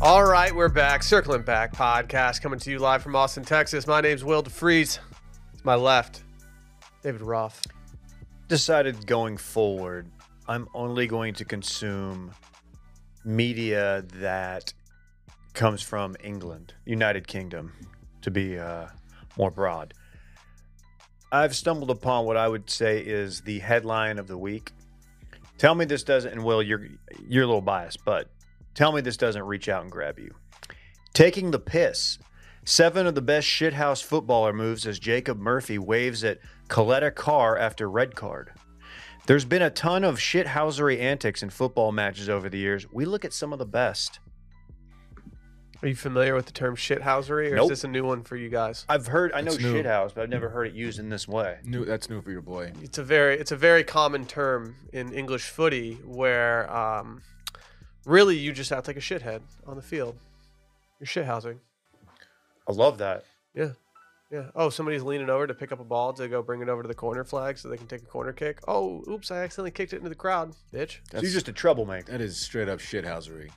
All right, we're back. Circling Back podcast coming to you live from Austin, Texas. My name's Will DeFries. It's my left, David Roth. decided going forward, I'm only going to consume media that comes from England, United Kingdom, to be uh, more broad. I've stumbled upon what I would say is the headline of the week. Tell me this doesn't, and Will, you're you're a little biased, but tell me this doesn't reach out and grab you. Taking the piss. Seven of the best shithouse footballer moves as Jacob Murphy waves at Coletta Carr after red card. There's been a ton of shithousery antics in football matches over the years. We look at some of the best. Are you familiar with the term shithousery, or Nope. is this a new one for you guys? I've heard, I know That's new. shithouse, but I've never heard it used in this way. New, that's new for your boy. It's a very it's a very common term in English footy where um, really you just act like a shithead on the field. You're shithousing. I love that. Yeah. Oh, somebody's leaning over to pick up a ball to go bring it over to the corner flag so they can take a corner kick. Oh, oops, I accidentally kicked it into the crowd, bitch. So That's, you're just a troublemaker. that is straight up shithousery.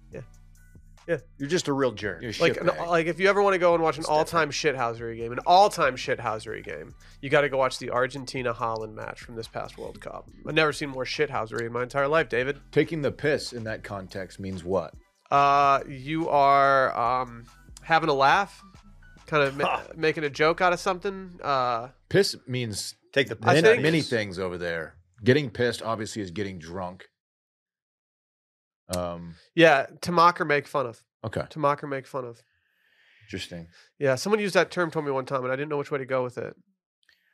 You're just a real jerk. You're a Like, an, shitbag. like if you ever want to go and watch an It's all-time shithousery game, an all-time shithousery game, you got to go watch the Argentina Holland match from this past World Cup. I've never seen more shithousery in my entire life, David. Taking the piss in that context means what? Uh, you are um, having a laugh, kind of ma- Ha. making a joke out of something. Uh, Piss means Take the piss. I many, think- many things over there. Getting pissed obviously is getting drunk. Um. yeah, to mock or make fun of. Okay. To mock or make fun of. Interesting. Yeah, someone used that term told me one time, and I didn't know which way to go with it.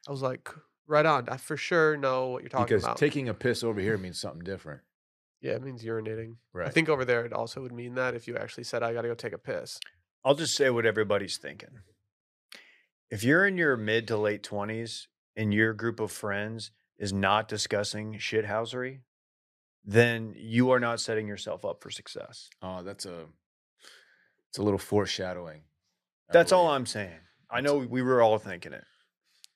I was like, right on. I for sure know what you're talking because about. taking a piss over here means something different. yeah, it means urinating. Right. I think over there it also would mean that if you actually said, I got to go take a piss. I'll just say what everybody's thinking. If you're in your mid to late 20s and your group of friends is not discussing shithousery, then you are not setting yourself up for success. Oh, that's a. It's a little foreshadowing. I That's all believe. I'm saying. I know we were all thinking it.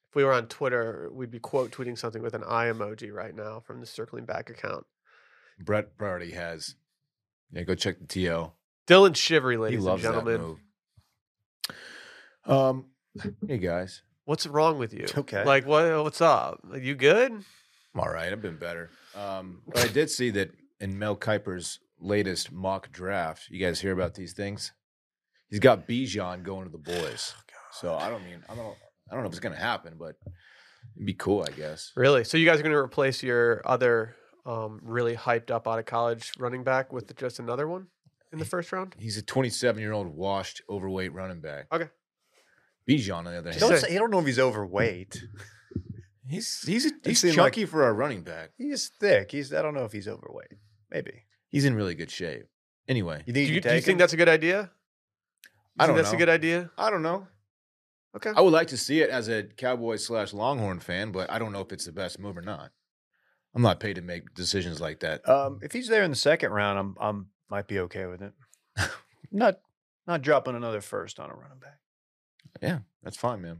If we were on Twitter, we'd be quote tweeting something with an eye emoji right now from the circling back account. Brett already has. Yeah, go check the TO. Dylan Shivery, He ladies and loves that gentlemen. move. Um, hey guys, What's wrong with you? It's okay. Like, what? What's up? Are you good? I'm all right. I've been better. Um, but I did see that in Mel Kiper's latest mock draft. You guys hear about these things? He's got Bijan going to the boys. Oh, So I don't mean I don't I don't know if it's gonna happen, but it'd be cool, I guess. Really? So you guys are going to replace your other um, really hyped up out of college running back with just another one in the first round? He's a 27 year old washed, overweight running back. Okay. Bijan, on the other Just hand, Don't say- say, I don't know if he's overweight. he's he's he's he's chunky for a running back. He's thick. He's I don't know if he's overweight. Maybe. He's in really good shape. Anyway, You Do think you, you, do you take think him? that's a good idea? You I think don't that's know. a good idea. I don't know. Okay. I would like to see it as a Cowboys slash Longhorn fan, but I don't know if it's the best move or not. I'm not paid to make decisions like that. Um, if he's there in the second round, I'm I'm might be okay with it. not not dropping another first on a running back. Yeah, that's fine, man.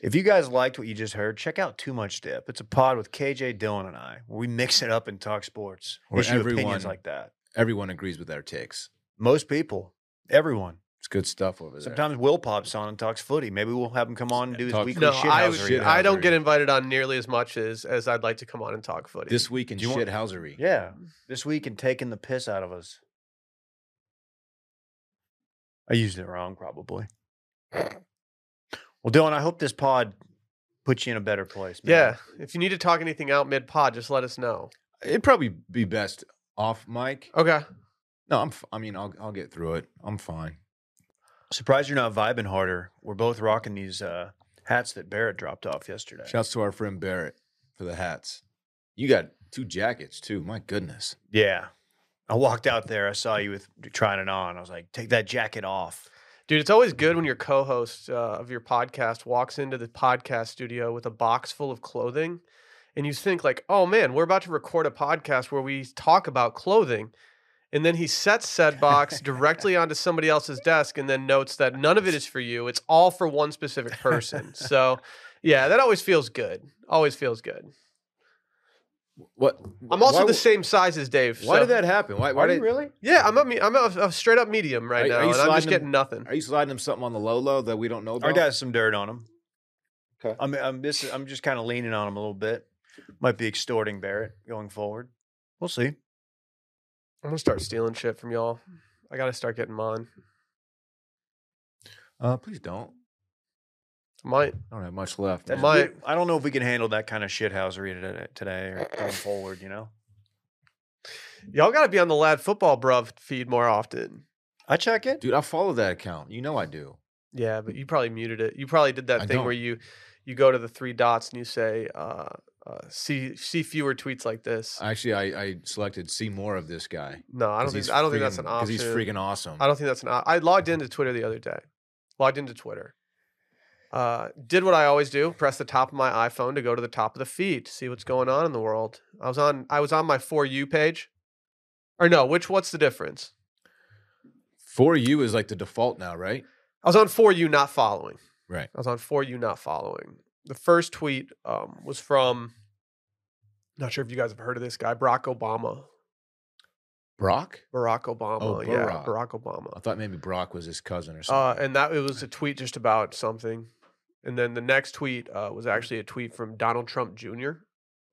If you guys liked what you just heard, check out Too Much Dip. It's a pod with KJ Dillon and I. Where we mix it up and talk sports. Where issue everyone- opinions like that. Everyone agrees with our takes. Most people, everyone. It's good stuff over there. Sometimes Will pops on and talks footy. Maybe we'll have him come on and do his Talk- weekly No, I, shithousery. was- Shithousery. I don't get invited on nearly as much as as I'd like to come on and talk footy. this week in Do you want- shithousery. Yeah, this week and taking the piss out of us. I used it wrong, probably. Well, Dylan, I hope this pod puts you in a better place. man. yeah. If you need to talk anything out mid pod, just let us know. It'd probably be best off mic. Okay. No, I'm. F- I mean, I'll I'll get through it. I'm fine. Surprised you're not vibing harder. We're both rocking these uh, hats that Barrett dropped off yesterday. Shouts to our friend Barrett for the hats. You got two jackets too. My goodness. Yeah. I walked out there. I saw you with trying it on. I was like, take that jacket off. Dude, it's always good when your co-host uh, of your podcast walks into the podcast studio with a box full of clothing, and you think like, "Oh man, we're about to record a podcast where we talk about clothing," and then he sets said box directly onto somebody else's desk, and then notes that none of it is for you; it's all for one specific person. So, yeah, that always feels good. Always feels good. What? I'm also why, the same size as Dave. Why so- did that happen? Why? Why Are you did? really? Yeah, I'm a, me- I'm a, a straight up medium right Are- now, are you and I'm just sliding getting nothing. Are you sliding him something on the low low that we don't know about? I got some dirt on him. Okay. I'm, I'm this. is- I'm just kind of leaning on him a little bit. Might be extorting Barrett going forward. We'll see. I'm gonna start stealing shit from y'all. I gotta start getting mine. Uh, please don't. I might. I don't have much left. That's- we- My- I don't know if we can handle that kind of shithousery today, today or going forward. You know, Y'all gotta be on the Lad Football Bruv feed more often. I check it. Dude, I follow that account. You know I do. Yeah, but you probably muted it. You probably did that I thing where you you go to the three dots and you say uh, uh, see see fewer tweets like this. Actually, I, I selected see more of this guy. no, I don't think I don't think that's an option. Because he's freaking awesome. I don't think that's an. op- I logged into Twitter the other day. Logged into Twitter. Uh, did what I always do: press the top of my iPhone to go to the top of the feed, to see what's going on in the world. I was on. I was on my for you page, or no? Which? What's the difference? For you is like the default now, right? I was on for you, not following. Right. I was on for you, not following. The first tweet um, was from. Not sure if you guys have heard of this guy, Barack Obama. Brock? Barack Obama. Oh, Yeah, Barack. Barack Obama. I thought maybe Brock was his cousin or Uh, something. and that it was a tweet just about something. And then the next tweet uh, was actually a tweet from Donald Trump Jr.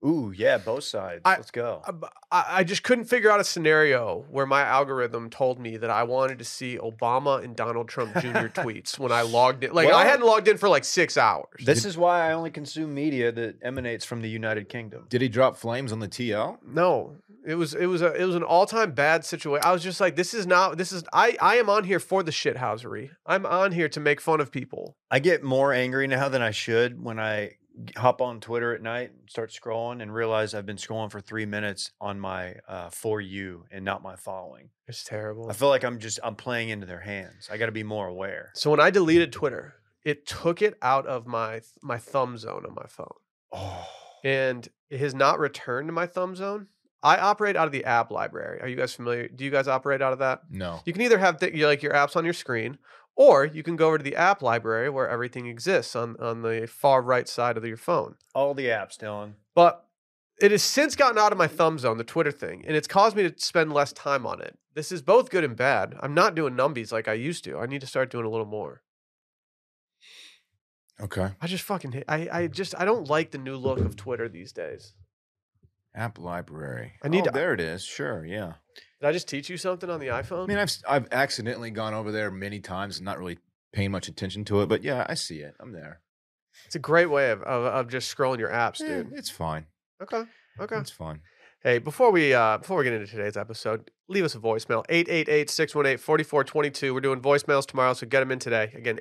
Ooh, yeah, both sides. I- uh, Let's go. I, I I just couldn't figure out a scenario where my algorithm told me that I wanted to see Obama and Donald Trump Jr. tweets when I logged in. Like I Well- hadn't logged in for like six hours. this is why I only consume media that emanates from the United Kingdom. Did he drop flames on the TL? no, it was it was a it was an all time bad situation. I was just like, this is not this is I I am on here for the shithousery. I'm on here to make fun of people. I get more angry now than I should when I g- hop on Twitter at night, and start scrolling, and realize I've been scrolling for three minutes on my uh, for you and not my following. It's terrible. I feel like I'm just I'm playing into their hands. I got to be more aware. So when I deleted Twitter, it took it out of my my thumb zone on my phone, Oh, and it has not returned to my thumb zone. I operate out of the app library. Are you guys familiar? Do you guys operate out of that? No. You can either have th- your- like your apps on your screen, or you can go over to the app library where everything exists on on the far right side of your phone. all the apps, Dylan. But it has since gotten out of my thumb zone, the Twitter thing, and it's caused me to spend less time on it. This is both good and bad. I'm not doing numbies like I used to. I need to start doing a little more. Okay. I just fucking hate, I I just I don't like the new look of Twitter these days. App library. I need oh, to- there it is. Sure. Yeah. Did I just teach you something on the I iPhone? mean, I've s- I've accidentally gone over there many times and not really paying much attention to it, but yeah, I see it. I'm there. it's a great way of, of of just scrolling your apps, Eh, dude. it's fine. Okay. Okay. It's fine. Hey, before we uh before we get into today's episode, leave us a voicemail 888-618-4422. We're doing voicemails tomorrow, so get them in today. Again,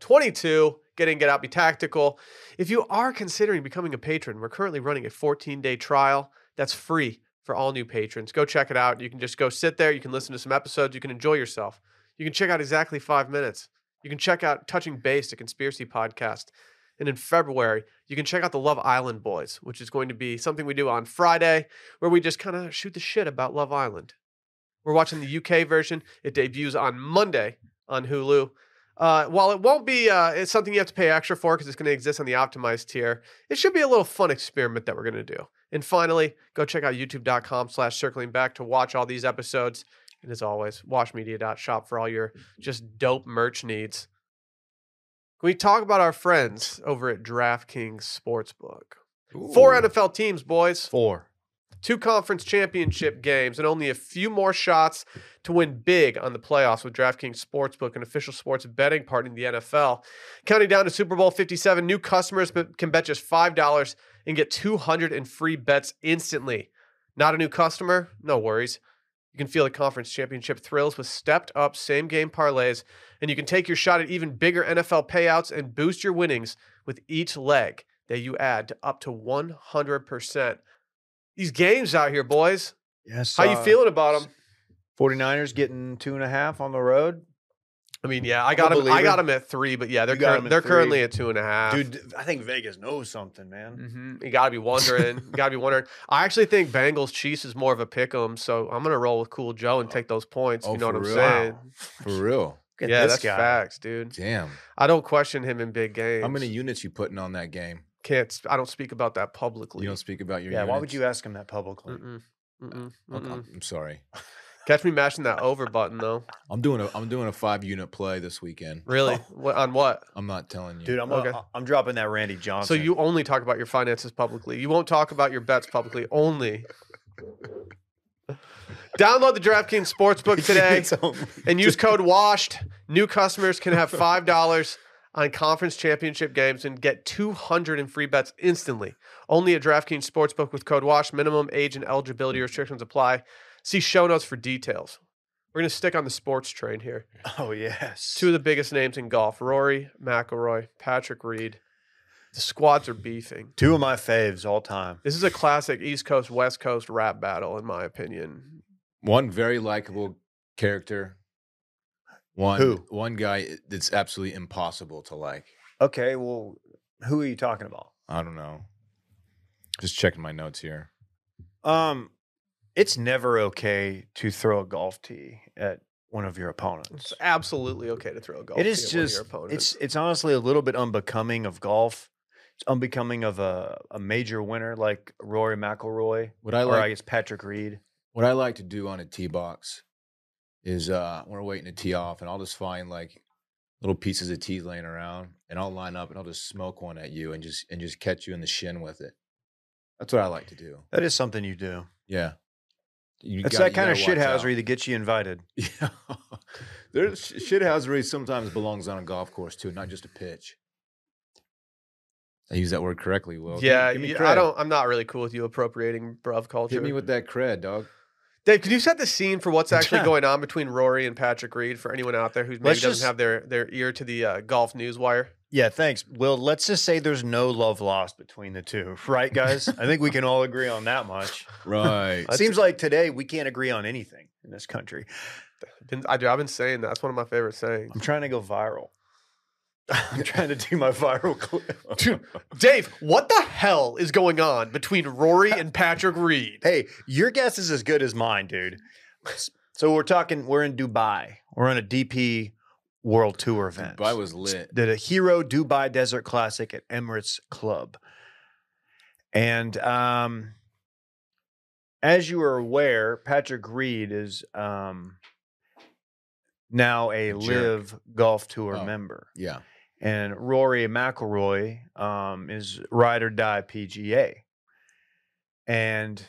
888-618-4422. Get in, get out, be tactical. If you are considering becoming a patron, we're currently running a 14-day trial. That's free for all new patrons. Go check it out. You can just go sit there, you can listen to some episodes, you can enjoy yourself. You can check out exactly 5 minutes. You can check out Touching Base, a conspiracy podcast. And in February, you can check out the Love Island Boys, which is going to be something we do on Friday where we just kind of shoot the shit about Love Island. We're watching the UK version. It debuts on Monday on Hulu. Uh, while it won't be uh, it's something you have to pay extra for because it's going to exist on the optimized tier, it should be a little fun experiment that we're going to do. And finally, go check out youtube.com slash circling back to watch all these episodes. And as always, washmedia.shop for all your just dope merch needs. Can we talk about our friends over at DraftKings Sportsbook? Four Ooh. NFL teams, boys, Four. two conference championship games, and only a few more shots to win big on the playoffs with DraftKings Sportsbook, an official sports betting partner in the NFL. Counting down to Super Bowl 57, new customers be- can bet just $5 and get 200 in free bets instantly. Not a new customer? No worries. You can feel the conference championship thrills with stepped up same game parlays, and you can take your shot at even bigger NFL payouts and boost your winnings with each leg that you add to up to 100%. These games out here, boys. Yes. How you feeling about them? 49ers getting two and a half on the road. I mean, yeah, I a got them. I believer. got them at three, but yeah, they're You got curr- 'em at they're three. currently at two and a half. Dude, I think Vegas knows something, man. Mhm. you gotta be wondering. you gotta be wondering. I actually think Bengals Chiefs is more of a pick 'em, so I'm gonna roll with Cool Joe and take those points. Oh, you know what for I'm real? saying? For real. Look Mm, at Yeah, this that's guy. facts, dude. Damn. I don't question him in big games. How many units you putting on that game? can't. s- I don't speak about that publicly. You don't speak about your. Yeah, why would units? you ask him that publicly? Mm-mm, mm-mm, I'm- mm-mm. I'm, I'm sorry. Catch me mashing that over button though. Oh. I'm doing a I'm doing a five unit play this weekend. Really? What, on what? I'm not telling you. Dude, I'm Okay. uh, I'm dropping that Randy Johnson. So you only talk about your finances publicly. You won't talk about your bets publicly. Only. Download the DraftKings Sportsbook today It's only- and use code WASHED. New customers can have $5 on conference championship games and get 200 in free bets instantly. Only at DraftKings Sportsbook with code WASH. Minimum age and eligibility restrictions apply. See show notes for details. We're going to stick on the sports train here. oh yes. two of the biggest names in golf Rory McIlroy, Patrick Reed. The squads are beefing. Two of my faves all time. This is a classic East Coast West Coast rap battle, in my opinion. one very likable character. One Who? one guy that's absolutely impossible to like. Okay, well, who are you talking about? I don't know. Just checking my notes here. Um, it's never okay to throw a golf tee at one of your opponents. It's absolutely okay to throw a golf. It tee is at one of your just opponent. it's it's honestly a little bit unbecoming of golf. It's unbecoming of a, a major winner like Rory McIlroy What I or like I guess Patrick Reed. what I like to do on a tee box is uh we're waiting to tee off and I'll just find like little pieces of tees laying around and I'll line up and I'll just smoke one at you and just and just catch you in the shin with it. That's what I like to do. That is something you do. Yeah. You it's gotta- that you kind of gotta watch out. shithousery that gets you invited. Yeah. There's sh- shithousery sometimes belongs on a golf course too, not just a pitch. I use that word correctly, Will. Give me- yeah, give me you- cred. I don't. I'm not really cool with you appropriating bruv culture. Hit me with that cred, dog. Dave, can you set the scene for what's actually going on between Rory and Patrick Reed for anyone out there who maybe Let's doesn't just- have their their ear to the uh, golf news wire? Yeah, thanks. Well, let's just say there's no love lost between the two, right, guys? I think we can all agree on that much. Right. It seems like today we can't agree on anything in this country. Been, I do. I've been saying that. That's one of my favorite sayings. I'm trying to go viral. I'm trying to do my viral clip. Dave, what the hell is going on between Rory and Patrick Reed? Hey, your guess is as good as mine, dude. So we're talking. We're in Dubai. We're on a DP World Tour event. Dubai was lit. did a Hero Dubai Desert Classic at Emirates Club, and um, as you are aware, Patrick Reed is um, now a Jerk. Live Golf Tour Oh. member, Yeah. and Rory McIlroy um, is ride or die PGA, and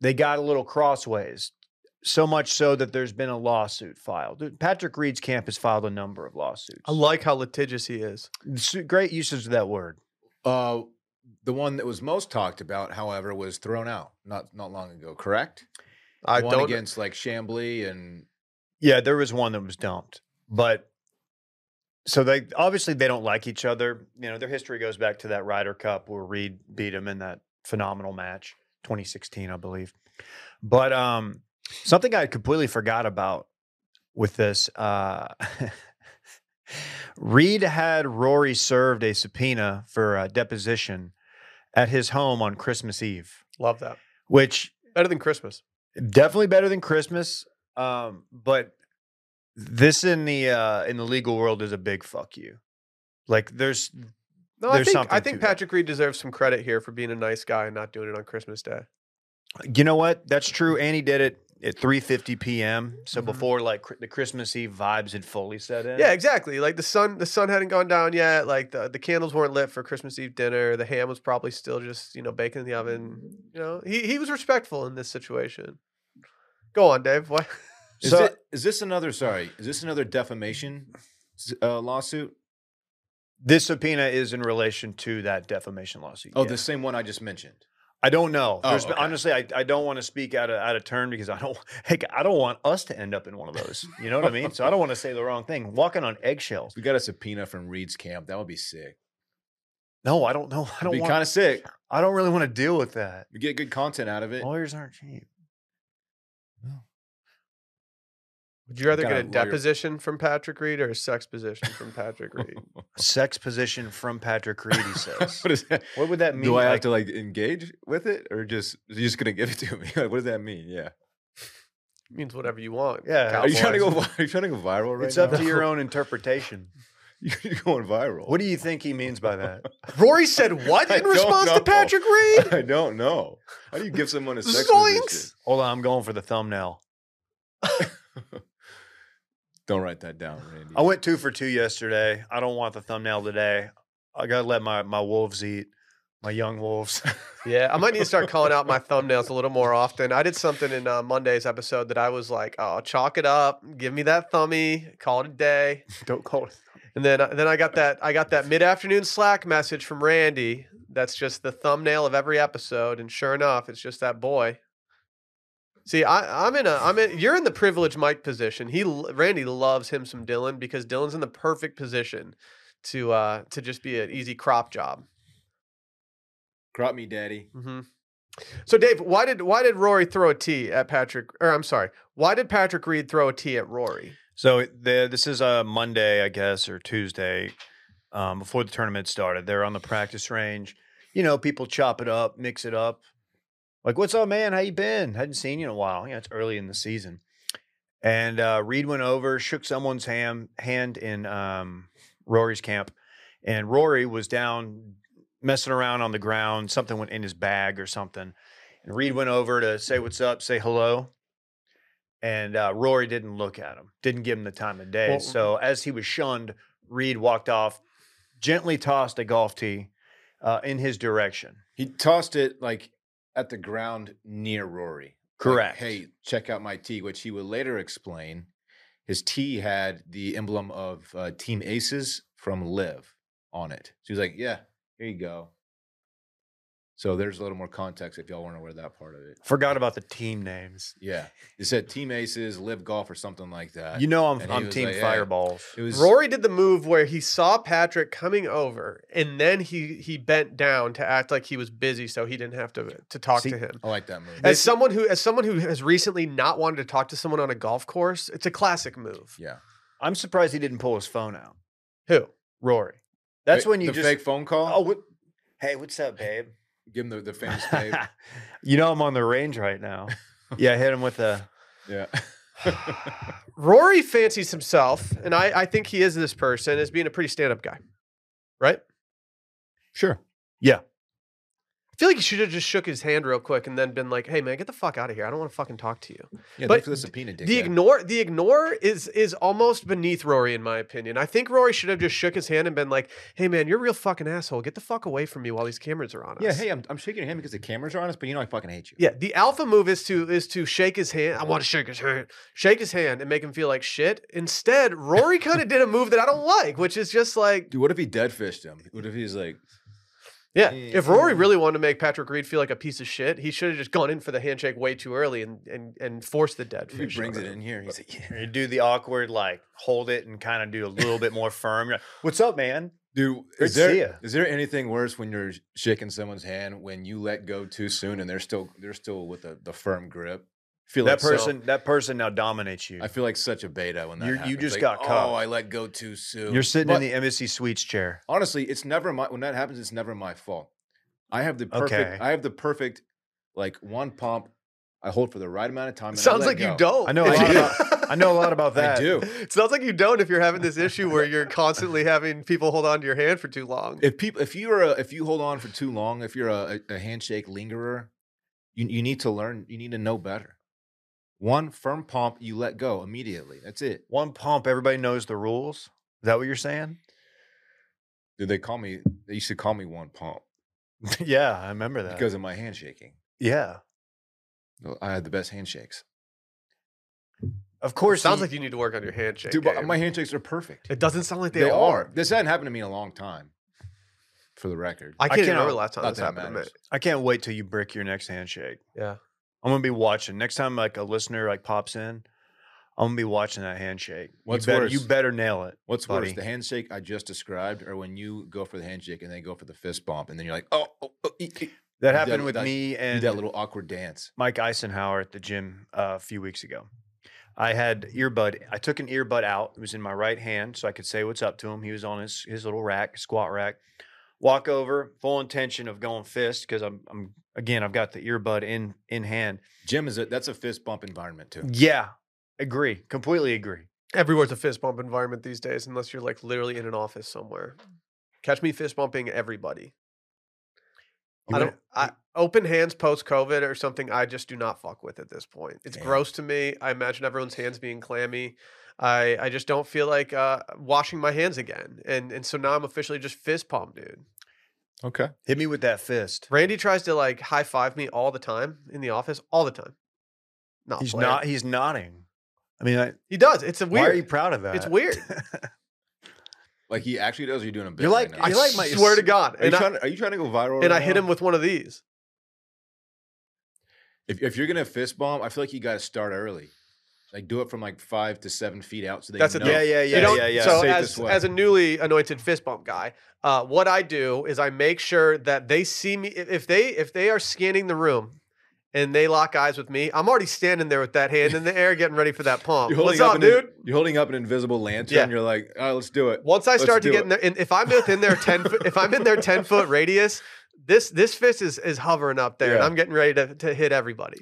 they got a little crossways. So much so that there's been a lawsuit filed. Dude, Patrick Reed's camp has filed a number of lawsuits. I like how litigious he is. S- Great usage of that word. Uh, the one that was most talked about, however, was thrown out not not long ago. Correct. I The one don't. against like Chambly and Yeah, there was one that was dumped, but so they obviously they don't like each other. You know, their history goes back to that Ryder Cup where Reed beat him in that phenomenal match, 2016, I believe. But um, something I completely forgot about with this, uh, Reed had Rory served a subpoena for a deposition at his home on Christmas Eve, Love that. which Better than Christmas. definitely better than Christmas. Um, but this in the uh, in the legal world is a big fuck you. Like there's No, There's I think something I to think that. Patrick Reed deserves some credit here for being a nice guy and not doing it on Christmas Day. you know what? That's true. And he did it at 3:50 p.m. So Mm-hmm. Mhm. before like cr- the Christmas Eve vibes had fully set in. Yeah, exactly. Like the sun the sun hadn't gone down yet. Like the, the candles weren't lit for Christmas Eve dinner. The ham was probably still just, you know, baking in the oven. You know, he he was respectful in this situation. Go on, Dave. What? is, So- it, is this another? Sorry, is this another defamation s- uh, lawsuit? This subpoena is in relation to that defamation lawsuit. Oh, yeah. the same one I just mentioned. I don't know. Oh, There's been- okay. honestly, I, I don't want to speak out of out of turn because I don't. Heck, I don't want us to end up in one of those. You know what I mean? So I don't want to say the wrong thing. Walking on eggshells. We got a subpoena from Reed's camp. That would be sick. No, I don't know. I It'd don't be want. kind of sick. I don't really want to deal with that. We get good content out of it. Lawyers aren't cheap. Would you rather Got get a a lawyer. deposition from Patrick Reed or a sex position from Patrick Reed? Sex position from Patrick Reed, he says. what is that? what would that mean? Do I have Like, to like engage with it, or just you're just gonna give it to me? Like, what does that mean? Yeah. means whatever you want. Yeah. Are you trying to go? Cowboys. vi- Are you trying to go viral right it's now? up to your own interpretation. You're going viral. What do you think he means by that? Rory said what I in don't response to know. Patrick Reed? I don't know. How do you give someone a sex Zoinks! position? Hold on, I'm going for the thumbnail. Don't write that down, Randy. I went two for two yesterday. I don't want the thumbnail today. I gotta let my my wolves eat. My young wolves. Yeah, I might need to start calling out my thumbnails a little more often. I did something in uh, Monday's episode that I was like, "Oh, chalk it up, give me that thummy, call it a day." don't call it. And then, uh, then I got that I got that mid afternoon Slack message from Randy. That's just the thumbnail of every episode, and sure enough, it's just that boy. See, I, I'm in a I'm in you're in the privileged Mike position. He l- Randy loves him some Dylan because Dylan's in the perfect position to uh to just be an easy crop job. Crop me, daddy. hmm So Dave, why did why did Rory throw a T at Patrick? Or I'm sorry, why did Patrick Reed throw a T at Rory? So it- the, this is a Monday, I guess, or Tuesday, um, before the tournament started. They're on the practice range. You know, people chop it up, mix it up. Like, what's up, man? How you been? Hadn't seen you in a while. You know, it's early in the season. And uh, Reed went over, shook someone's ham, hand in um, Rory's camp, and Rory was down messing around on the ground. Something went in his bag or something. And Reed went over to say what's up, say hello and uh, Rory didn't look at him, didn't give him the time of day. Well- so as he was shunned, Reed walked off, gently tossed a golf tee uh, in his direction. He tossed it like at the ground near Rory. Like, hey, check out my tee, which he would later explain. His tee had the emblem of uh, Team Aces from Live on it. So he's like, yeah, here you go. So there's a little more context if y'all weren't aware of that part of it. Forgot about the team names. Yeah. It said Team Aces, Live Golf, or something like that. You know I'm, Uh, And he I'm was team like, "Hey." fireballs. it was Rory did the move where he saw Patrick coming over, and then he he bent down to act like he was busy, so he didn't have to to talk See, to him. I like that move. As someone who as someone who has recently not wanted to talk to someone on a golf course, it's a classic move. yeah. I'm surprised he didn't pull his phone out. Who? Rory. That's Wait, when you the just fake phone call. oh, what, hey, what's up, babe? Give him the, the famous babe. you know I'm on the range right now. Yeah, I hit him with a Yeah. Rory fancies himself, and I I think he is this person as being a pretty stand up guy, right? sure. I feel like he should have just shook his hand real quick and then been like, "Hey man, get the fuck out of here! I don't want to fucking talk to you." Yeah, But but for the subpoena dick. The ignore the ignore is is almost beneath Rory in my opinion. I think Rory should have just shook his hand and been like, "Hey man, you're a real fucking asshole. Get the fuck away from me while these cameras are on us." Yeah, hey, I'm, I'm shaking your hand because the cameras are on us, but you know I fucking hate you. Yeah, the alpha move is to is to shake his hand. I want to shake his hand. Shake his hand and make him feel like shit. Instead, Rory kind of did a move that I don't like, which is just like, Dude, what if he dead fished him? What if he's like, yeah, Yeah. if Rory really wanted to make Patrick Reed feel like a piece of shit, he should have just gone in for the handshake way too early and and and forced the dead he fish. brings on it him. in here. He's like, yeah. You do the awkward, like hold it and kind of do a little bit more firm. You're like, What's up, man? Dude, Good is to see ya. there, is there anything worse when you're sh- shaking someone's hand when you let go too soon and they're still they're still with the, the firm grip? Feel That like so- person, that person now dominates you. I feel like such a beta when that You're- you happens. just Like, got oh, caught. I let go too soon. You're sitting But in the embassy suites chair. honestly, it's never my when that happens. It's never my fault. I have the perfect. Okay. I have the perfect like one pump. I hold for the right amount of time. and I Sounds like let you go. don't. I know a If lot you- I know a lot about that. I do. It sounds like you don't if you're having this issue where you're constantly having people hold on to your hand for too long. if people if you're a, if you hold on for too long if you're a, a handshake lingerer you, you need to learn you need to know better one firm pump you let go immediately that's it One pump, everybody knows the rules. Is that what you're saying? Dude, they call me they used to call me one pump yeah, I remember that. because of my handshaking yeah, i had the best handshakes of It course. sounds he- like you need to work on your handshake. dude but game. my handshakes are perfect it doesn't sound like they, this hadn't happened to me in a long time for the record I can't can't- remember the last time not this that it happened to me. matters. I can't wait till you brick your next handshake. Yeah. I'm gonna be watching next time. Like a listener like pops in, I'm gonna be watching that handshake. What's you better, worse? You better nail it. What's buddy. worse, the handshake I just described, or when you go for the handshake and they go for the fist bump, and then you're like, "Oh, oh, oh e- e- That that- happened with that- me do and that little awkward dance." Mike Eisenhower at the gym uh, a few weeks ago. I had earbud. I took an earbud out. It was in my right hand, so I could say what's up to him. He was on his his little rack, squat rack. Walk over, full intention of going fist because I'm I'm again I've got the earbud in in hand. Jim is a that's a fist bump environment too. Yeah, agree, completely agree. Everywhere's a fist bump environment these days, unless you're like literally in an office somewhere. Catch me fist bumping everybody. I don't. I, open hands post COVID or something. I just do not fuck with at this point. It's Yeah. gross to me. I imagine everyone's hands being clammy. I I just don't feel like uh, washing my hands again, and and so now I'm officially just fist pump, dude. Okay. Hit me with that fist. Randy tries to like high five me all the time in the office, all the time. Not He's player. not. He's nodding. I mean, I, He does. It's a why are weird. you proud of that? it's weird. Like he actually does. Or you're doing a bit. You're like- right now? I you're like my- swear to God. Are you, And I, trying to, are you trying to go viral? and I right hit now? him with one of these. If, if you're gonna fist bomb, I feel like you got to start early. Like do it from like five to seven feet out, so they That's the know. thing. yeah, yeah, You yeah, don't- yeah, yeah. So Safe as, this way. as a newly anointed fist bump guy, uh, what I do is I make sure that they see me. i- If they if they are scanning the room and they lock eyes with me, I'm already standing there with that hand in the air, getting ready for that pump. You're What's holding up, an- dude? you're holding up an invisible lantern. Yeah. You're like, all right, let's do it. Once I Let's start to do get it. in there, and if I'm within their ten, foot, if I'm in their ten foot radius, this this fist is is hovering up there, and Yeah. I'm getting ready to, to hit everybody.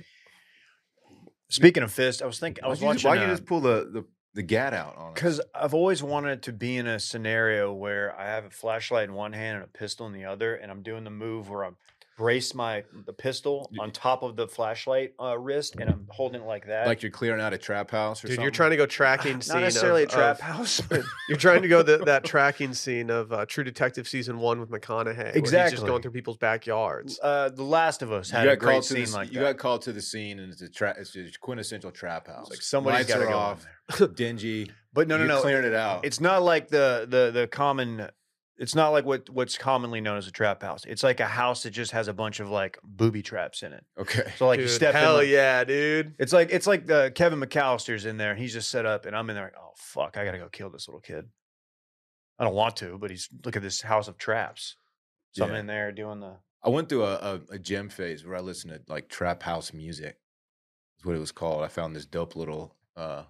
Speaking of fist, I was thinking. I Why'd was you just- watching. uh, Why'd you just pull the the, the gat out on us? Because I've always wanted to be in a scenario where I have a flashlight in one hand and a pistol in the other, and I'm doing the move where I'm brace my the pistol Y- on top of the flashlight uh, wrist, and I'm holding it like that. Like you're clearing out a trap house or Dude, something. you're trying to go tracking. scene not of- necessarily of- a trap house, but You're trying to go the, that tracking scene of uh, True Detective season one with McConaughey. where he's just Exactly. going through people's backyards. uh, The Last of Us You had got a great called to the scene s- like you that. got called to the scene, and it's a trap. It's a quintessential trap house. like somebody's Lights got to are go off. off. dingy. But no, no, you're no. clearing it out. It's not like the the the common. It's not like what what's commonly known as a trap house. It's like a house that just has a bunch of like booby traps in it. okay. So like Dude, you step in. hell like- yeah, dude. It's like it's like the Kevin McAllister's in there and he's just set up and I'm in there like, oh fuck, I gotta go kill this little kid. I don't want to, but he's look at this house of traps. So I'm Yeah. in there doing the I went through a, a, a gym phase where I listened to like trap house music. Is what it was called. I found this dope little. uh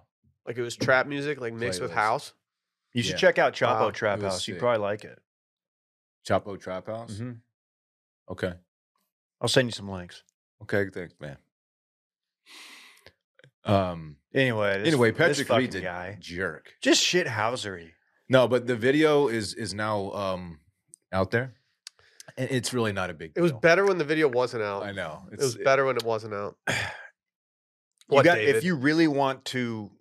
Like it was trap music, like mixed with Playlist. house. you should Yeah. check out Chapo Wow, Trap it was House. You sick. probably like it. Chapo Trap House. Mm-hmm. Mhm. Okay. I'll send you some links. Okay. Thanks, man. Um. Anyway, this, anyway, this Patrick fucking Reed's a guy, jerk. just shit housery. No, but the video is is now um out there, and it's really not a big. It was deal. better when the video wasn't out. I know. It was better when it wasn't out. You What, got, David? if you really want to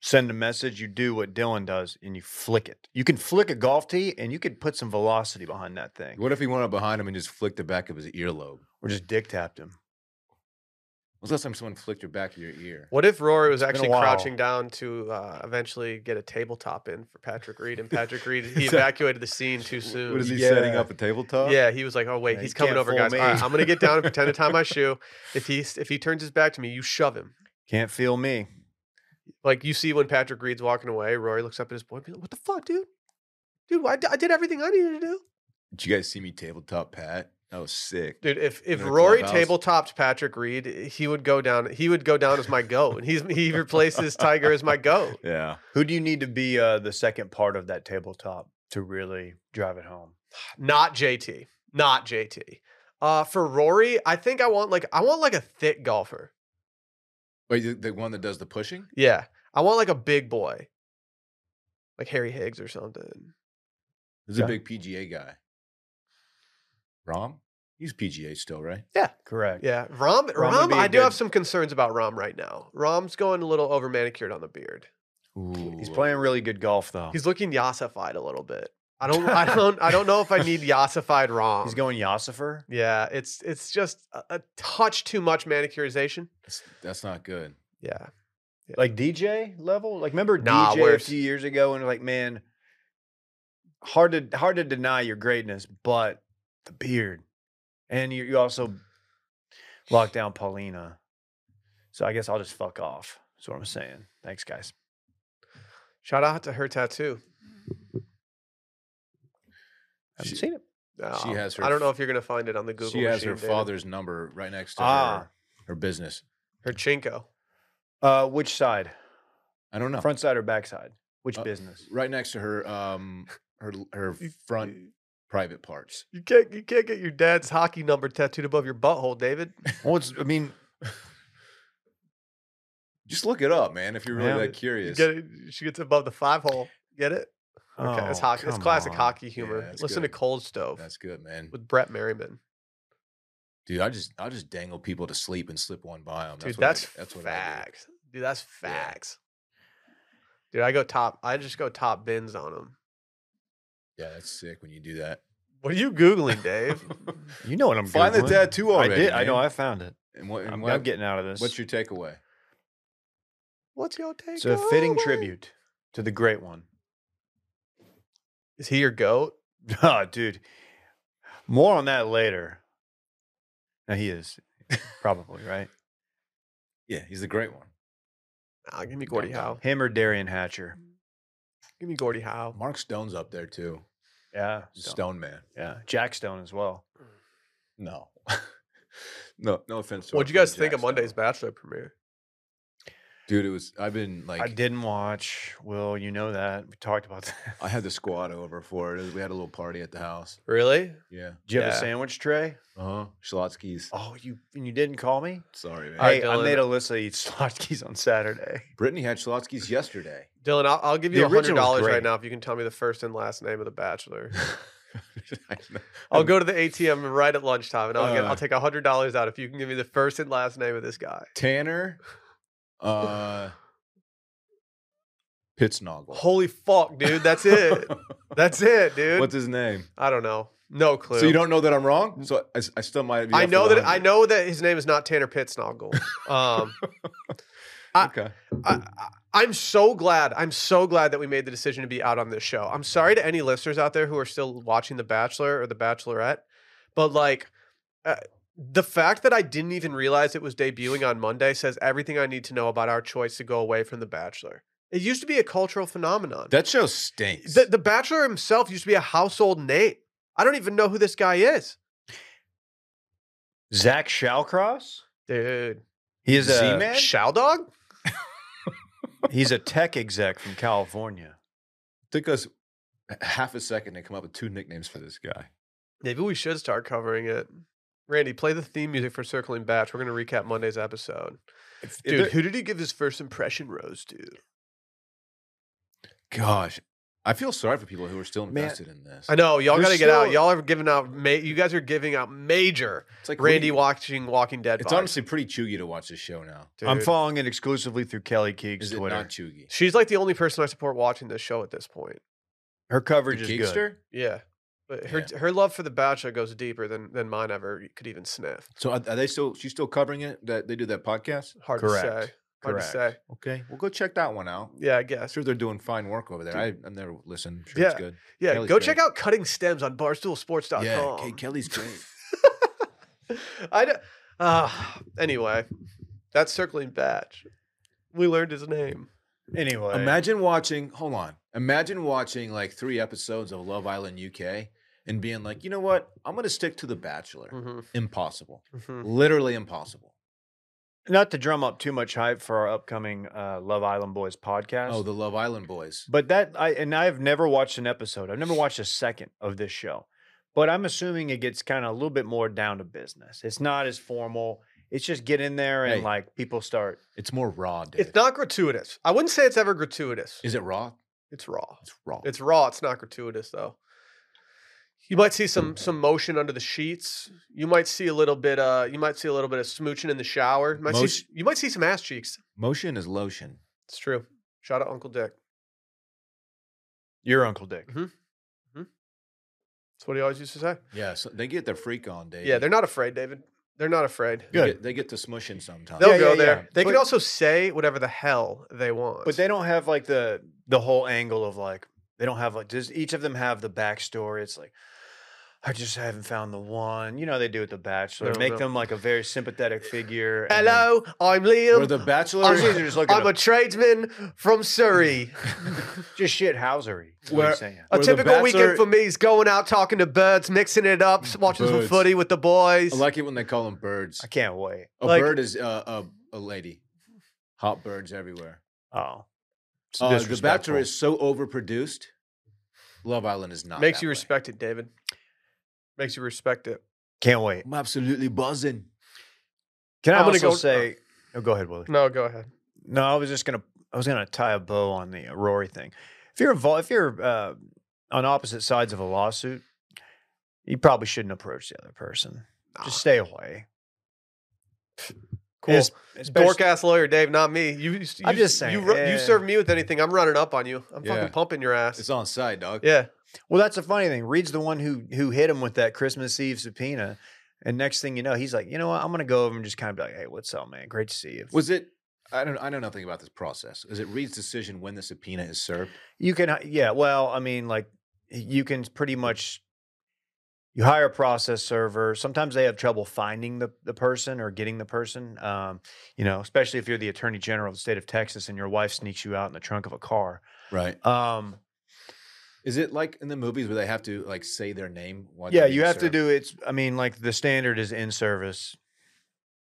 send a message, you do what Dylan does and you flick it. You can flick a golf tee and you could put some velocity behind that thing, What if he went up behind him and just flicked the back of his earlobe? or just dick tapped him. When's the last time someone flicked your back of your ear? What if Rory was It's been a actually while. crouching down to uh, eventually get a tabletop in for Patrick Reed, and Patrick Reed he Is that- evacuated the scene too soon. What is he Yeah. setting up a tabletop? Yeah, he was like, "Oh wait, Yeah, he's you coming can't over, fool guys. All me." right, I'm gonna get down and pretend to tie my shoe. If he if he turns his back to me, you shove him. Can't feel me. Like you see when Patrick Reed's walking away, Rory looks up at his boy, and be like, "What the fuck, dude? Dude, I, d- I did everything I needed to do." Did you guys see me tabletop Pat? That was sick. Dude, if if In the Rory clubhouse. tabletopped Patrick Reed, he would go down. He would go down as my goat, and he's he replaces Tiger as my goat. Yeah. Who do you need to be uh, the second part of that tabletop to really drive it home? Not JT, not JT. Uh, for Rory, I think I want like I want like a thick golfer. Wait, the, the one that does the pushing? Yeah, I want like a big boy, like Harry Higgs or something. This is a Okay. big PGA guy. Rom? He's PGA still, right? Correct. Yeah, Rom. would Rom, be I a do have good- some concerns about Rom right now. Rom's going a little over manicured on the beard. Ooh. He's playing really good golf Oh. though. He's, He's looking Yassified a little bit. I don't. I don't. I don't know if I need Yassified Rom. going Yossifer. Yeah, it's it's just a, a touch too much manicurization. That's, that's not good. Yeah, Like DJ level? Like remember Nah, DJ worse. a few years ago and like, man, hard to hard to deny your greatness, but the beard. And you, you also locked down Paulina. So I guess I'll just fuck off. That's what I'm saying. Thanks, guys. shout out to her tattoo. I haven't She- seen it. Oh, has her I don't know f- if you're gonna find it on the Google. she has her machine, David. father's number right next to Ah. her, her business. her chinko. Uh, which side? I don't know. Front side or back side? Which Uh, business? Right next to her um her her front private parts. You can't you can't get your dad's hockey number tattooed above your butthole, David. Well, it's, I mean, Just look it up, man, if you're really Yeah. that curious. Get it, she gets above the five hole. Get it? Okay, it's Oh, hockey. It's come classic on. hockey humor. Yeah, that's Listen good. to Cold Stove That's good, man. with Brett Merriman. Dude, I just I just dangle people to sleep and slip one by them. Dude, what I- that's what I do. facts. Dude, that's facts. Dude, I go top. I just go top bins on them. Yeah, that's sick when you do that. What are you googling, Dave? You know what I'm Find the Googling. tattoo already. I did. I man. know. I found it. And what, and I'm, what- I'm getting out of this. What's your takeaway? What's your take? it's a fitting away? tribute to the great one. Is he your goat? Ah, dude. More on that later. Now he is probably right. Yeah, he's the great one. Nah, give me Gordy Don't know. Howe. Him or Darian Hatcher. Give me Gordy Howe. Mark Stone's up there too. Yeah. Stone, Stone. Man. Yeah. Jack Stone as well. No. no, no offense. to our What'd you friend guys think Jack of Monday's Stone. Bachelor premiere? Dude, it was I've been like I, I didn't watch. Will you know that? We talked about that. had the squad over for it. We had a little party at the house. Really? Yeah. Do you have Yeah. a sandwich tray? Uh-huh. Schlotsky's. Oh, you and you didn't call me? Sorry, man. All right, Hey, I Dylan. made Alyssa eat Slotskis on Saturday. Brittany had Schlotsky's yesterday. Dylan, I'll, I'll give The you a hundred original's dollars right great. now if you can tell me the first and last name of the Bachelor. I know. I'll go to the ATM right at lunchtime and I'll get I'll Uh. take a hundred dollars out if you can give me the first and last name of this guy. Tanner. Uh Pitsnoggle. Holy fuck, dude! That's it. That's it, dude. What's his name? I don't know. No clue. So you don't know that I'm wrong? So I, I still might be I up for know the that I 100. know that his name is not Tanner Pitsnoggle. Um, I- Okay. I, I, I'm so glad. I'm so glad that we made the decision to be out on this show. I'm sorry to any listeners out there who are still watching The Bachelor or The Bachelorette, but like uh, the fact that I didn't even realize it was debuting on Monday says everything I need to know about our choice to go away from The Bachelor. It used to be a cultural phenomenon. That show stinks. the, the Bachelor himself used to be a household name. I don't even know who this guy is, Zach Shallcross? dude. He is a Z-Man? Show dog. he's a tech exec from California. took us half a second to come up with two nicknames for this guy. Maybe we should start covering it. Randy, play the theme music for Circling Batch. We're going to recap Monday's episode. Dude, who did he give his first impression rose to? gosh, I feel sorry for people who are still Man, invested in this. I know y'all There's got to get out. still- Y'all are giving out. Ma- you guys are giving out major It's like Randy what do you- watching Walking Dead. It's vibes, honestly pretty chuggy to watch this show now. I'm dude. following it exclusively through Kelly Keeg's Is it Twitter. not chuggy? She's like the only person I support watching this show at this point. Her The coverage is good. Geekster? Yeah, but her her love for the Bachelor goes deeper than than mine ever could even sniff. So are, are they still? She's still covering it. That they do that podcast. Hard to say. Correct. Hard to say. Okay, well, go check that one out. Yeah, I I'm guess. sure they're doing fine work over there. I, I've never listened. I'm sure it's Yeah. good. Yeah, Kelly's go great. check out Cutting Stems on BarstoolSports.com. Yeah, K- Kelly's great. I d- uh, anyway, that's circling batch. We learned his name. Anyway, Imagine watching. Hold on. Imagine watching like three episodes of Love Island UK and being like, you know what? I'm gonna stick to The Bachelor. Mhm, Impossible. mhm. Literally impossible. not to drum up too much hype for our upcoming uh, Love Island Boys podcast. Oh, the Love Island boys. but that I and I've never watched an episode. I've never watched a second of this show. But I'm assuming it gets kind of a little bit more down to business. It's not as formal. It's just get in there and Hey. like people start. It's more raw, dude. It's not gratuitous. I wouldn't say it's ever gratuitous. Is it raw? It's raw. It's raw. It's raw. It's not gratuitous though. You might see some some motion under the sheets. You might see a little bit. Uh, you might see a little bit of smooching in the shower. You might see. Motion- You might see some ass cheeks. motion is lotion. It's true. Shout out Uncle Dick. Your Uncle Dick. That's what he always used to say. Yeah, so they get their freak on, Dave. Yeah, they're not afraid, David. They're not afraid. they Good. Get, they get to smushing sometimes. They'll Yeah, go yeah, there. yeah. They can But- also say whatever the hell they want. But they don't have like the the whole angle of like they don't have like does each of them have the backstory? It's like I just haven't found the one. You know they do with the Bachelor. No, Make no. them like a very sympathetic figure. and then- Hello, I'm Liam. Or the Bachelor. Or they're just looking I'm a tradesman from Surrey. just shit housery. is what I'm Where- saying. A Or the typical weekend Bachelor- for me is going out, talking to birds, mixing it up, watching some Birds. footy with the boys. I like it when they call them birds. I can't wait. A like- bird is uh, a, a lady. Hot birds everywhere. Oh, It's Uh, the disrespectful. Bachelor is so overproduced. Love Island is not. Makes that you way. respect it, David. Makes you respect it. Can't wait. I'm absolutely buzzing. Can I I'm gonna also go- uh Hmm. say? Oh, go ahead, Willie. No, go ahead. No, I was just gonna I was gonna tie a bow on the uh, Rory thing. If you're involved, if you're uh, on opposite sides of a lawsuit, you probably shouldn't approach the other person. Just stay away. Cool. It's- it's better- Dork ass lawyer, Dave, not me. You, you I'm just You, saying, ru- yeah. you serve me with anything, I'm running up on you. I'm Yeah. fucking pumping your ass. It's on site, dog. yeah. Well, that's the funny thing. Reed's the one who who hit him with that Christmas Eve subpoena, and next thing you know, he's like, you know what? I'm gonna go over and just kind of be like, hey, what's up, man? Great to see you. Was it? I don't. I know nothing about this process. Is it Reed's decision when the subpoena is served? You can, yeah. Well, I mean, like you can pretty much you hire a process server. Sometimes they have trouble finding the the person or getting the person. Um, you know, especially if you're the attorney general of the state of Texas and your wife sneaks you out in the trunk of a car. Right. Um, Is it like in the movies where they have to like say their name? When yeah, they're you being have to served? do it's. I mean, like the standard is in service,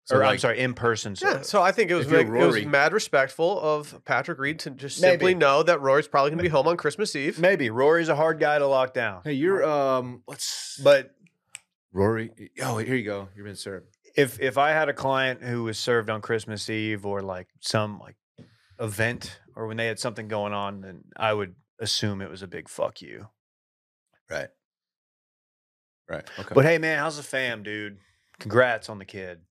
So, or I'm like, sorry, in person Yeah. service. So I think it was, If you're like, it was Rory- mad respectful of Patrick Reed to just Maybe. simply know that Rory's probably going to be home on Christmas Eve. Maybe Rory's a hard guy to lock down, Hey, you're um. Let's. but Rory. Oh, here you go. You've been served. if if I had a client who was served on Christmas Eve or like some like event or when they had something going on, then I would assume it was a big fuck you. Right. Right. Okay. But hey, man, how's the fam, dude? Congrats on the kid.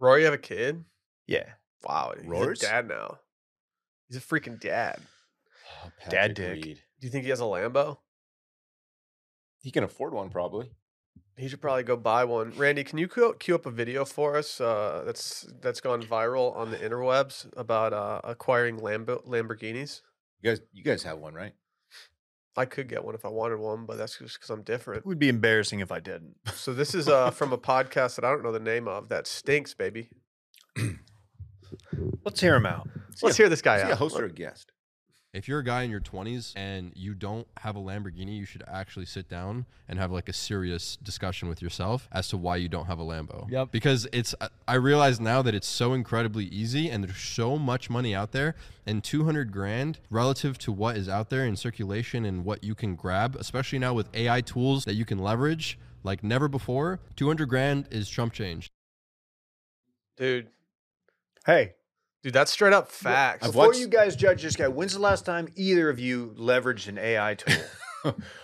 Rory have a kid? Yeah, Wow. He's Rory's? a dad now. He's a freaking dad. Oh, Patrick dick. Reed. Do you think he has a Lambo? He can afford one probably. He should probably go buy one. Randy, can you cue cue up a video for us uh, that's that's gone viral on the interwebs about uh, acquiring Lambo- Lamborghinis? You guys, you guys have one, right? I could get one if I wanted one, but that's just because I'm different. it would be embarrassing if I didn't. So this is uh, from a podcast that I don't know the name of. That stinks, baby. Let's hear him out. Let's hear this guy Is he a out. host or a guest? If you're a guy in your 20s and you don't have a Lamborghini, you should actually sit down and have like a serious discussion with yourself as to why you don't have a Lambo. Yep. Because it's I- I realize now that it's so incredibly easy and there's so much money out there and 200 grand relative to what is out there in circulation and what you can grab, especially now with AI tools that you can leverage like never before. 200 grand is chump change. dude. Hey, Dude, that's straight up facts. I've before watched- you guys judge this guy, when's the last time either of you leveraged an AI tool?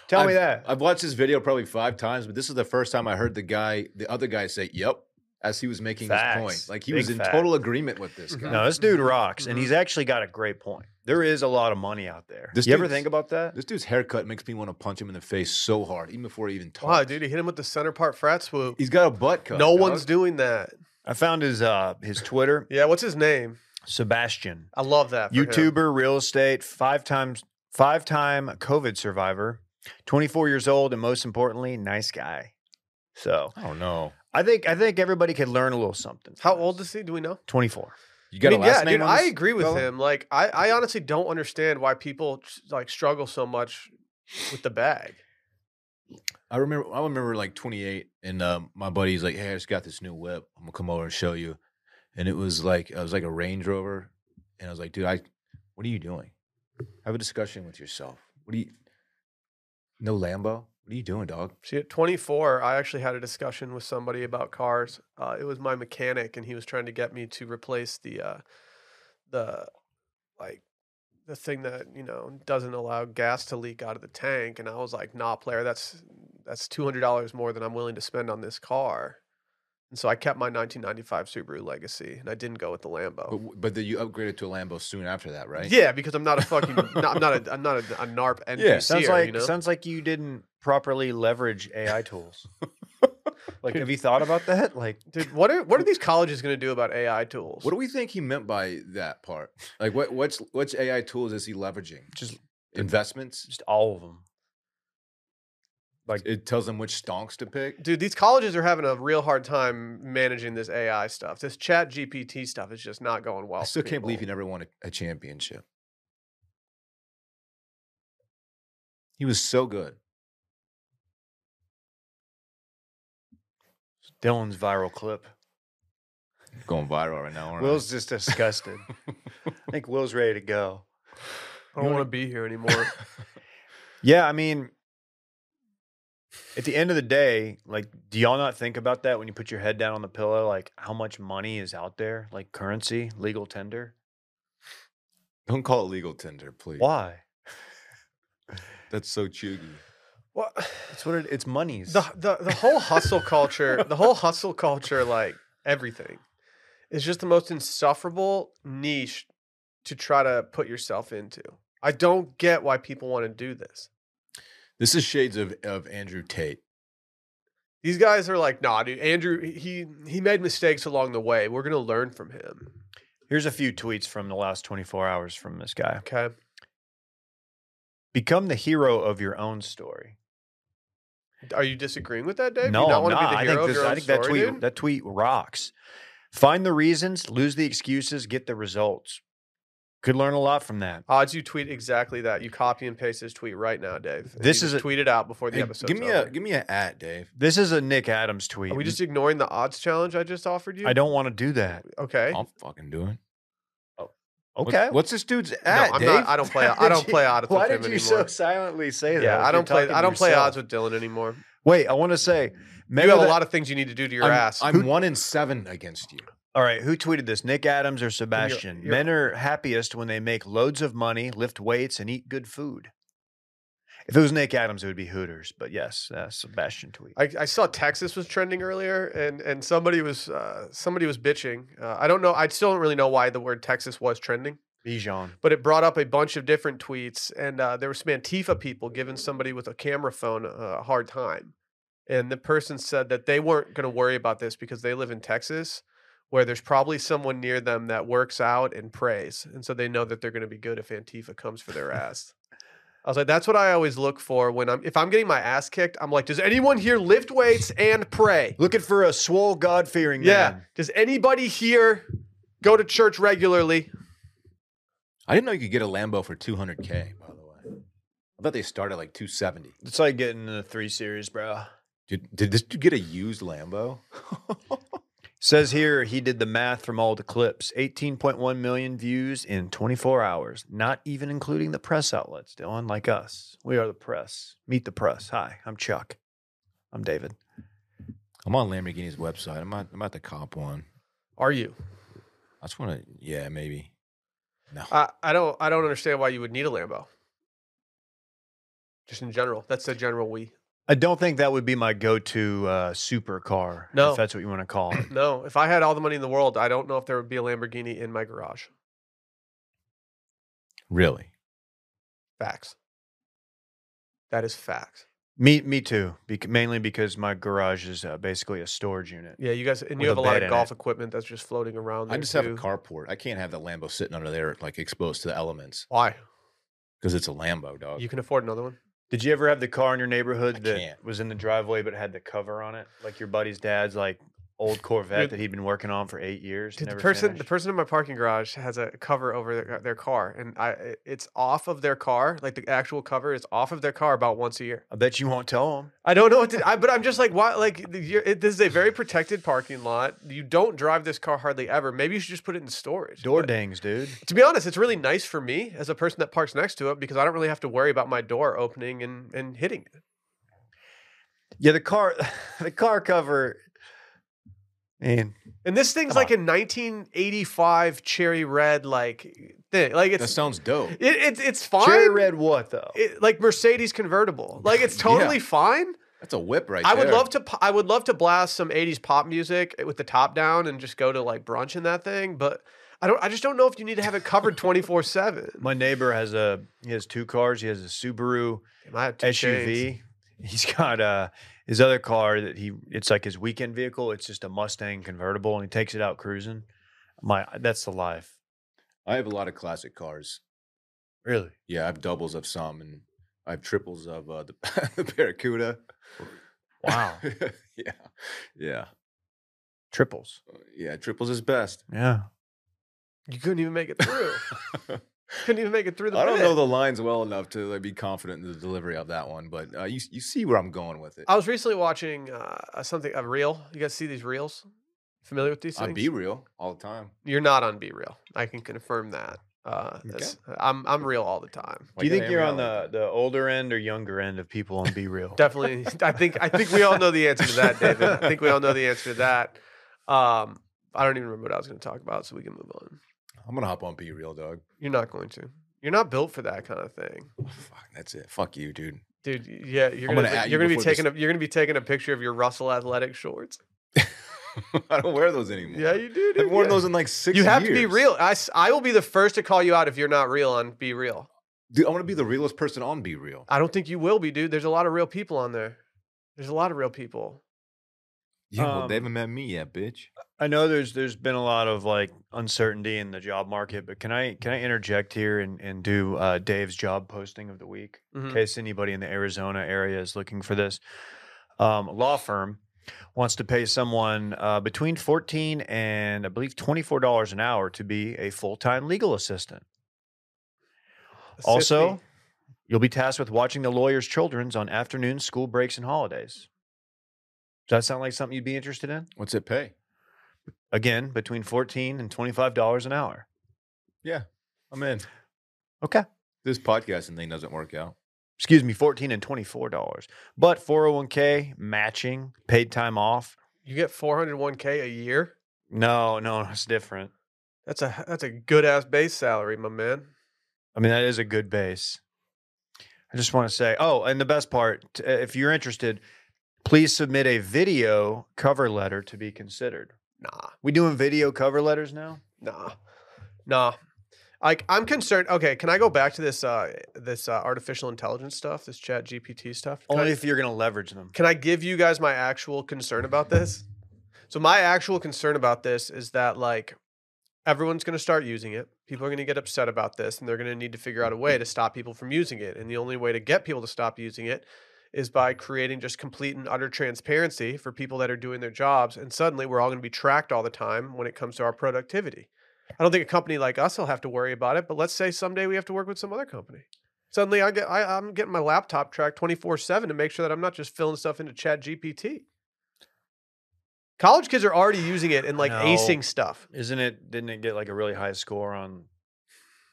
Tell me I've- that. I've watched this video probably five times, but this is the first time I heard the guy, the other guy, say "Yep" as he was making his point. Facts. Like he Big was in facts. total agreement with this guy. No, this dude rocks, and Mhm. he's actually got a great point. There is a lot of money out there. This you ever dude's- think about that? This dude's haircut makes me want to punch him in the face so hard, even before he even wow, talks. dude, he hit him with the center part frat swoop. He's got a butt cut. no dog. one's doing that. I found his uh his Twitter, Yeah, what's his name? Sebastian, I love that. for him. YouTuber, real estate, five times five time COVID survivor, 24 years old, and most importantly, nice guy. So I don't know. I think I think everybody could learn a little something. How old is he? Do we know? 24. You got I mean, a last yeah, name? dude, on I this agree with fella? him. Like, I, I honestly don't understand why people like struggle so much with the bag. I remember. I remember like 28, and um, my buddy's like, "Hey, I just got this new whip. I'm gonna come over and show you." And it was like, I was like a Range Rover, and I was like, "Dude, I, what are you doing? Have a discussion with yourself. What are you? No Lambo. What are you doing, dog? See, at 24, I actually had a discussion with somebody about cars. Uh, it was my mechanic, and he was trying to get me to replace the, uh, the, like, the thing that you know doesn't allow gas to leak out of the tank. And I was like, "Nah, player, that's that's two hundred dollars more than I'm willing to spend on this car." And so I kept my 1995 Subaru Legacy, and I didn't go with the Lambo. But w- but then you upgraded to a Lambo soon after that, right? Yeah, because I'm not a fucking, not, I'm not a, I'm not a, a NARP NPC. Yeah, Sounds or, like you know? sounds like you didn't properly leverage AI tools. like, have you thought about that? Like, dude. What are what are these colleges going to do about AI tools? What do we think he meant by that part? Like, what what's what's AI tools is he leveraging? Just- investments. just all of them. like- It tells him which stonks to pick. dude these colleges are having a real hard time managing this ai stuff this chat gpt stuff is just not going well I for still can't believe he people. never won a, a championship. He was so good. Dylan's viral clip. Going viral right now. aren't I? Will's just disgusted. I think Will's ready to go. i don't want to be here anymore Yeah, I mean, at the end of the day, like, do y'all not think about that when you put your head down on the pillow? Like, how much money is out there? Like, currency, legal tender? Don't call it legal tender, please. Why? That's so chuggy. Well, That's what it, it's monies. the the the whole hustle culture, the whole hustle culture, like everything, is just the most insufferable niche to try to put yourself into. I don't get why people want to do this. This is shades of, of Andrew Tate. These guys are like, nah, dude. Andrew, he he made mistakes along the way. We're gonna learn from him. Here's a few tweets from the last 24 hours from this guy. Okay. Become the hero of your own story. Are you disagreeing with that, Dave? no, you I'm wanna not. I think, of this, your I own think that story, tweet dude? that tweet rocks. Find the reasons, lose the excuses, get the results. Could learn a lot from that. Odds you tweet exactly that. You copy and paste this tweet right now, Dave. and This you is just a- tweet it out before the Hey, episode. give me a give me an at, Dave. This is a Nick Adams tweet. Are we just ignoring the odds challenge I just offered you? I don't Um, want to do that. Okay. I'll fucking do it. What- Okay. what's this dude's No, at, I'm Dave? not. I don't play. I don't play odds. Why with him did you so anymore. silently say that? Yeah, if I you're don't play. talking I to don't play yourself? odds with Dylan anymore. Wait, I want to say, You have a that- lot of things you need to do to your I'm, ass. I'm one in seven against you. All right, who tweeted this? Nick Adams or Sebastian? you're- Men are happiest when they make loads of money, lift weights, and eat good food. If it was Nick Adams, it would be Hooters. But yes, uh, Sebastian tweet. I, I saw Texas was trending earlier, and and somebody was uh, somebody was bitching. Uh, I don't know. I still don't really know why the word Texas was trending, Bijan. but it brought up a bunch of different tweets, and uh, there were some Antifa people giving somebody with a camera phone uh, a hard time, and the person said that they weren't going to worry about this because they live in Texas, where there's probably someone near them that works out and prays, and so they know that they're going to be good if Antifa comes for their ass. I was like, that's what I always look for when I'm if I'm getting my ass kicked. I'm like, does anyone here lift weights and pray? Looking for a swole, God fearing Yeah. man. Does anybody here go to church regularly? I didn't know you could get a Lambo for 200k. By the way, I thought they start at like 270. It's like getting the three series, bro. Did did this dude get a used Lambo? Says here he did the math from all the clips 18.1 million views in 24 hours, not even including the press outlets, Dylan, like us. We are the press. Meet the press. Hi, I'm Chuck. I'm David. I'm on Lamborghini's website. I'm at I'm at the cop one. Are you? I just want to. Yeah, maybe. No. I, I don't I don't understand why you would need a Lambo. Just in general. That's the general we. I don't think that would be my go-to uh, supercar. No. if that's what you want to call it. No, if I had all the money in the world, I don't know if there would be a Lamborghini in my garage. really? Facts. That is facts. me, me too. Bec- mainly because my garage is uh, basically a storage unit. Yeah, you guys and With you have a a lot bed in of it. golf equipment that's just floating around there I just have a too. carport. I can't have the Lambo sitting under there like exposed to the elements Why? because it's a Lambo, dog. Oh, You can afford another one? Did you ever have the car in your neighborhood I that can't. was in the driveway but had the cover on it, like your buddy's dad's like old Corvette Dude. that he'd been working on for eight years? Dude, the never person the finished? person in my parking garage has a cover over their, their car, and I it- it's off of their car, like the actual cover is off of their car about once a year. I bet you won't tell him. I don't know what to, I, but I'm just like, why? Like, the- you're, it, this is a very protected parking lot. You don't drive this car hardly ever. Maybe you should just put it in storage. Door But dings, dude. To be honest, it's really nice for me as a person that parks next to it because I don't really have to worry about my door opening and, and hitting it. Yeah, the car, the car cover. Man, And this thing's Come like a 1985 cherry red like thing. Like that it's sounds dope. it, it's it's fine. cherry red. What though? it, like Mercedes convertible. Like it's Yeah. totally fine. That's a whip right I there. would love to. p- I would love to blast some '80s pop music eh, with the top down and just go to like brunch in that thing. But I don't. I just don't know if you need to have it covered 24 seven. My neighbor has a he has two cars. He has a Subaru SUV. He's got uh his other car that he it's like his weekend vehicle. It's just a Mustang convertible, and he takes it out cruising. My that's the life, I have a lot of classic cars. really. Yeah, I have doubles of some, and I have triples of uh, the, the Barracuda. Wow, yeah, yeah, triples. yeah. Triples is best. Yeah, You couldn't even make it through. I couldn't even make it through the. don't bit. know the lines well enough to like, be confident in the delivery of that one, but uh, you you see where I'm going with it. I was recently watching uh, something a reel. You guys see these reels? Familiar with these I things? be real all the time. You're not on B real. I can confirm that. Uh, that's- I'm I'm real all the time. do you think you're on the the older end or younger end of people on Be Real? Definitely. I think I think we all know the answer to that, David. I think we all know the answer to that. Um, I don't even remember what I was going to talk about, so we can move on. I'm gonna hop on B real dog. You're not going to. You're not built for that kind of thing, Fuck, that's it. Fuck you, dude. dude. y- Yeah, you're I'm gonna, gonna at you're gonna you be before this- taking a you're gonna be taking a picture of your Russell athletic shorts. I don't wear those anymore. Yeah, you do. I've dude, worn yeah. those in like six. You have to be years. real. I, s- I will be the first to call you out if you're not real on Be Real. Dude, I want to be the realest person on Be Real. I don't think you will be, dude. There's a lot of real people on there. There's a lot of real people. Yeah, well, Um, they haven't met me yet, bitch. I know there's there's been a lot of like uncertainty in the job market, but can I can I interject here and and do uh, Dave's job posting of the week Mhm. in case anybody in the Arizona area is looking for this? Um, a law firm wants to pay someone uh, between fourteen and I believe twenty four dollars an hour to be a full time legal assistant. Assist me. Also, you'll be tasked with watching the lawyer's children's on afternoons, school breaks, and holidays. Does that sound like something you'd be interested in? What's it pay? Again, between fourteen and twenty five dollars an hour. I'm in. Okay. This podcasting thing doesn't work out. Excuse me, fourteen and twenty four dollars. But four hundred one k matching, paid time off. you get 401k a year. No, no, it's different. That's a that's a good ass base salary, my man. I mean, that is a good base. I just want to say, oh, and the best part, t- uh, if you're interested, please submit a video cover letter to be considered. Nah, We doing video cover letters now? nah, nah. Like I'm concerned. Okay, can I go back to this uh this uh, artificial intelligence stuff, this Chat GPT stuff? Can I- Only if you're gonna leverage them. Can I give you guys my actual concern about this? So my actual concern about this is that like everyone's going to start using it. People are going to get upset about this and they're going to need to figure out a way to stop people from using it. And the only way to get people to stop using it is by creating just complete and utter transparency for people that are doing their jobs and suddenly we're all going to be tracked all the time when it comes to our productivity. I don't think a company like us will have to worry about it, but let's say someday we have to work with some other company. Suddenly, I get I, I'm getting my laptop tracked 24 seven to make sure that I'm not just filling stuff into Chat GPT. College kids are already using it and like No. acing stuff. Isn't it? Didn't it get like a really high score on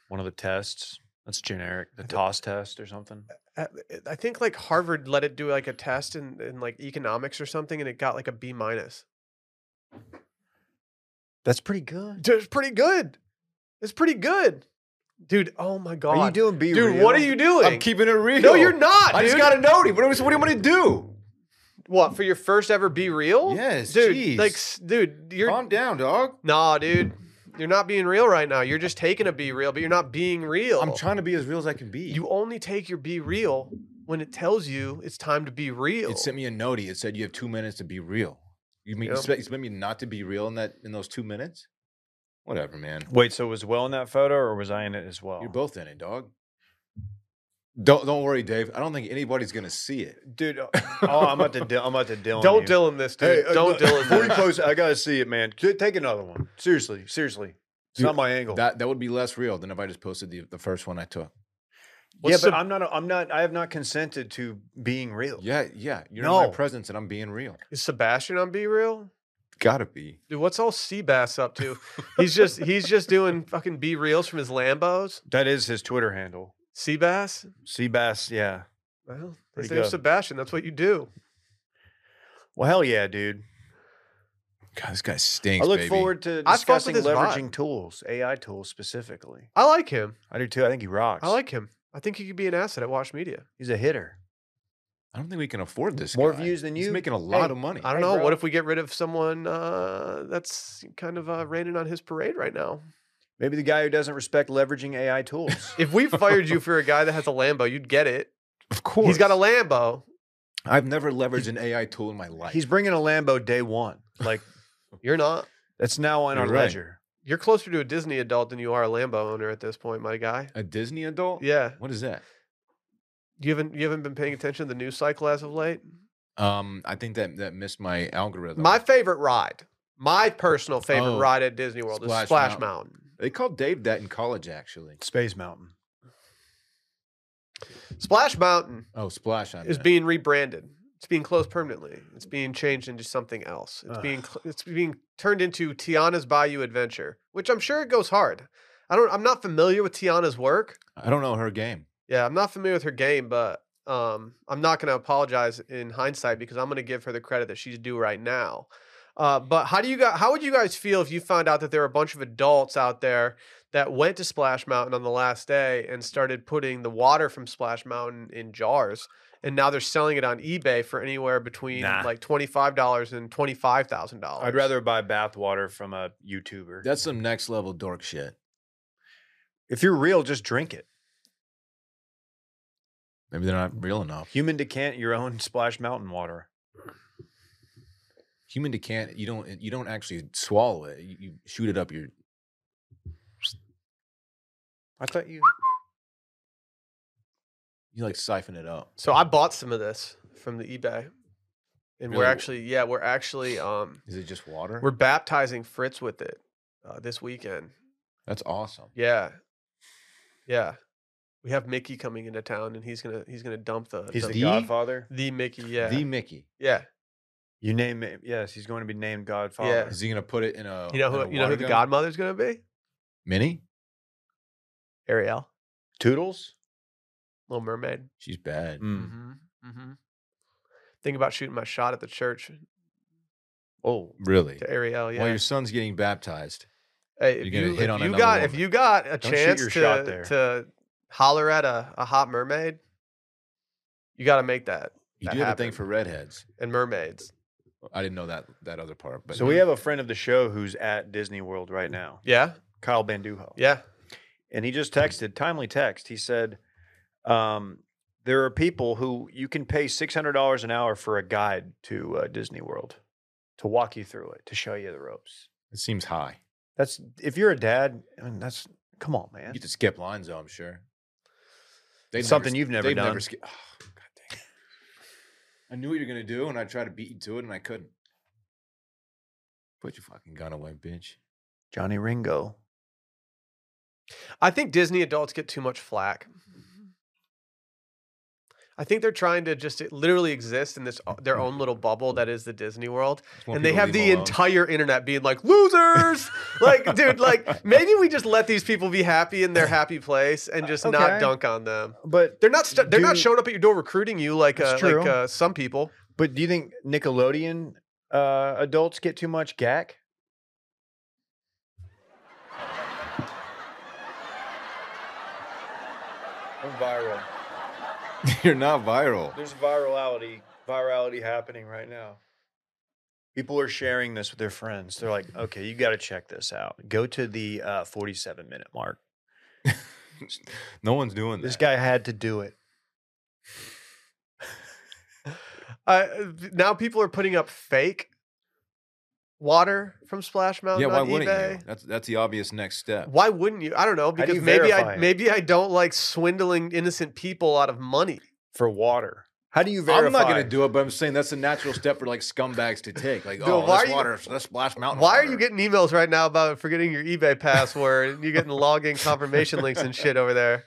one of the tests? That's generic, the toss test or something. Uh, I think like Harvard let it do like a test in, in like economics or something, and it got like a B minus. That's pretty good. Dude, It's pretty good. It's pretty good, dude. Oh my god, Are you doing be dude? What are real? you doing? I'm keeping it real. no, you're not. I just dude. got to know it. What, do we- what do you want to do? what for your first ever be real? Yes, dude. jeez. Like, s- dude, you're Calm down, dog. Nah, dude. You're not being real right now. You're just taking a be real, but you're not being real. I'm trying to be as real as I can be. You only take your be real when it tells you it's time to be real. it sent me a note. It said you have two minutes to be real. You Yep. mean you expect, expect me not to be real in that in those two minutes? Whatever, man. Wait, so was Will in that photo, or was I in it as well? You're both in it, dog. Don't don't worry, Dave. I don't think anybody's gonna see it. dude. Oh, I'm about to. Dil- I'm about to Dylan. Don't you. uh, Dylan this, dude. Don't Dylan Before you this. post, I gotta see it, man. T- Take another one. Seriously, seriously. It's Dude, not my angle. That that would be less real than if I just posted the, the first one I took. yeah, What's but the- I'm not. I'm not. I have not consented to being real. Yeah, yeah. You're in No. my presence and I'm being real. Is Sebastian on be real? Gotta be. Dude, what's all Seabass up to? He's just he's just doing fucking be reels from his Lambos. That is his Twitter handle. Seabass. Seabass. Yeah. Well, his Pretty name's good. Sebastian. That's what you do. Well, hell yeah, dude. God, this guy stinks. I look baby. forward to I fuck with discussing his vibe. leveraging tools, AI tools specifically. I like him. I do too. I think he rocks. I like him. I think he could be an asset at Watch Media. He's a hitter. I don't think we can afford this. More guy. views than He's you. making a lot Hey, of money. I don't Hey, know. What bro. if we get rid of someone uh, that's kind of uh, raining on his parade right now? Maybe the guy who doesn't respect leveraging AI tools. If we fired you for a guy that has a Lambo, you'd get it. of course. He's got a Lambo. I've never leveraged an AI tool in my life. He's bringing a Lambo day one. Like You're not. that's now on our You're right. ledger. You're closer to a Disney adult than you are a Lambo owner at this point, my guy. a Disney adult? Yeah, What is that? you haven't you haven't been paying attention to the news cycle as of late. Um, I think that that missed my algorithm. My favorite ride, my personal favorite Oh, ride at Disney World is Splash Splash Mountain. Mountain. they called Dave that in college, actually. Space Mountain. Splash Mountain Oh, splash! I is meant. being rebranded. It's being closed permanently. It's being changed into something else. It's being cl- it's being turned into Tiana's Bayou Adventure, which I'm sure it goes hard. I don't. I'm not familiar with Tiana's work. I don't know her game. Yeah, I'm not familiar with her game, but um, I'm not going to apologize in hindsight because I'm going to give her the credit that she's due right now. Uh, but how do you guys, how would you guys feel if you found out that there were a bunch of adults out there that went to Splash Mountain on the last day and started putting the water from Splash Mountain in jars, and now they're selling it on eBay for anywhere between Nah. like twenty five dollars and twenty five thousand dollars? I'd rather buy bathwater from a YouTuber. That's some next level dork shit. if you're real, just drink it. Maybe they're not real enough. Human decant your own Splash Mountain water. Human decant, you don't you don't actually swallow it. You, you shoot it up your I thought you. you like siphon it up. So I bought some of this from the eBay, and we're Really? actually yeah we're actually um Is it just water? we're baptizing Fritz with it uh, this weekend. That's awesome. Yeah, yeah. We have Mickey coming into town, and he's gonna he's gonna dump the He's the, the, the- Godfather. the Mickey. Yeah, The Mickey. yeah. You name it. Yes, he's going to be named Godfather. Is he gonna put it in a You know in a who you know who water the gun? godmother's gonna be? Minnie? Ariel, Toodles. Little Mermaid. She's bad. Mm. Mm-hmm. Mm-hmm. Think about shooting my shot at the church Oh, Really? to Ariel. Yeah. While your son's getting baptized, Hey, if You're gonna you, hit if on you another got if woman. you got a Don't shoot chance your to shot there. to holler at a, a hot mermaid, you got to make that you That do have a thing happened. for redheads. and mermaids. I didn't know that that other part. But so we have a friend of the show who's at Disney World right now, Yeah, Kyle Banduho. yeah. and he just texted timely text. He said, um, "There are people who you can pay six hundred dollars an hour for a guide to uh, Disney World to walk you through it to show you the ropes." it seems high. That's if you're a dad. I mean, that's come on, You man. get to skip lines though, I'm sure. They'd It's something sk- you've never they'd done. ski- oh, God dang it. I knew what you were gonna do, and I tried to beat you to it, and I couldn't. Put your fucking gun away, bitch. Johnny Ringo. I think Disney adults get too much flack. I think they're trying to just literally exist in this uh, their own little bubble that is the Disney World. Just want and they Hmm. people to have leave the alone. entire internet being like losers like dude like maybe we just let these people be happy in their happy place and just Okay. not dunk on them But they're not st- they're not Dude. showing up at your door recruiting you like uh, That's true. like uh, some people but do you think Nickelodeon uh, adults get too much gack? I'm viral. You're not viral. There's virality virality happening right now. People are sharing this with their friends. They're like, "Okay, you got to check this out. Go to the uh, 47 minute mark. No one's doing This this. guy had to do it." uh, now people are putting up fake water from splash mountain yeah, why on wouldn't eBay. you? That's that's the obvious next step. why wouldn't you i don't know do because you maybe i verify it? maybe i don't like swindling innocent people out of money for water. How do you verify? I'm not gonna do it, but I'm saying that's a natural step for like scumbags to take. Like, Dude, oh, why are this you- water, let's splash Oh, mountain. Why are water. you getting emails right now about forgetting your eBay password and you getting login confirmation links and shit over there?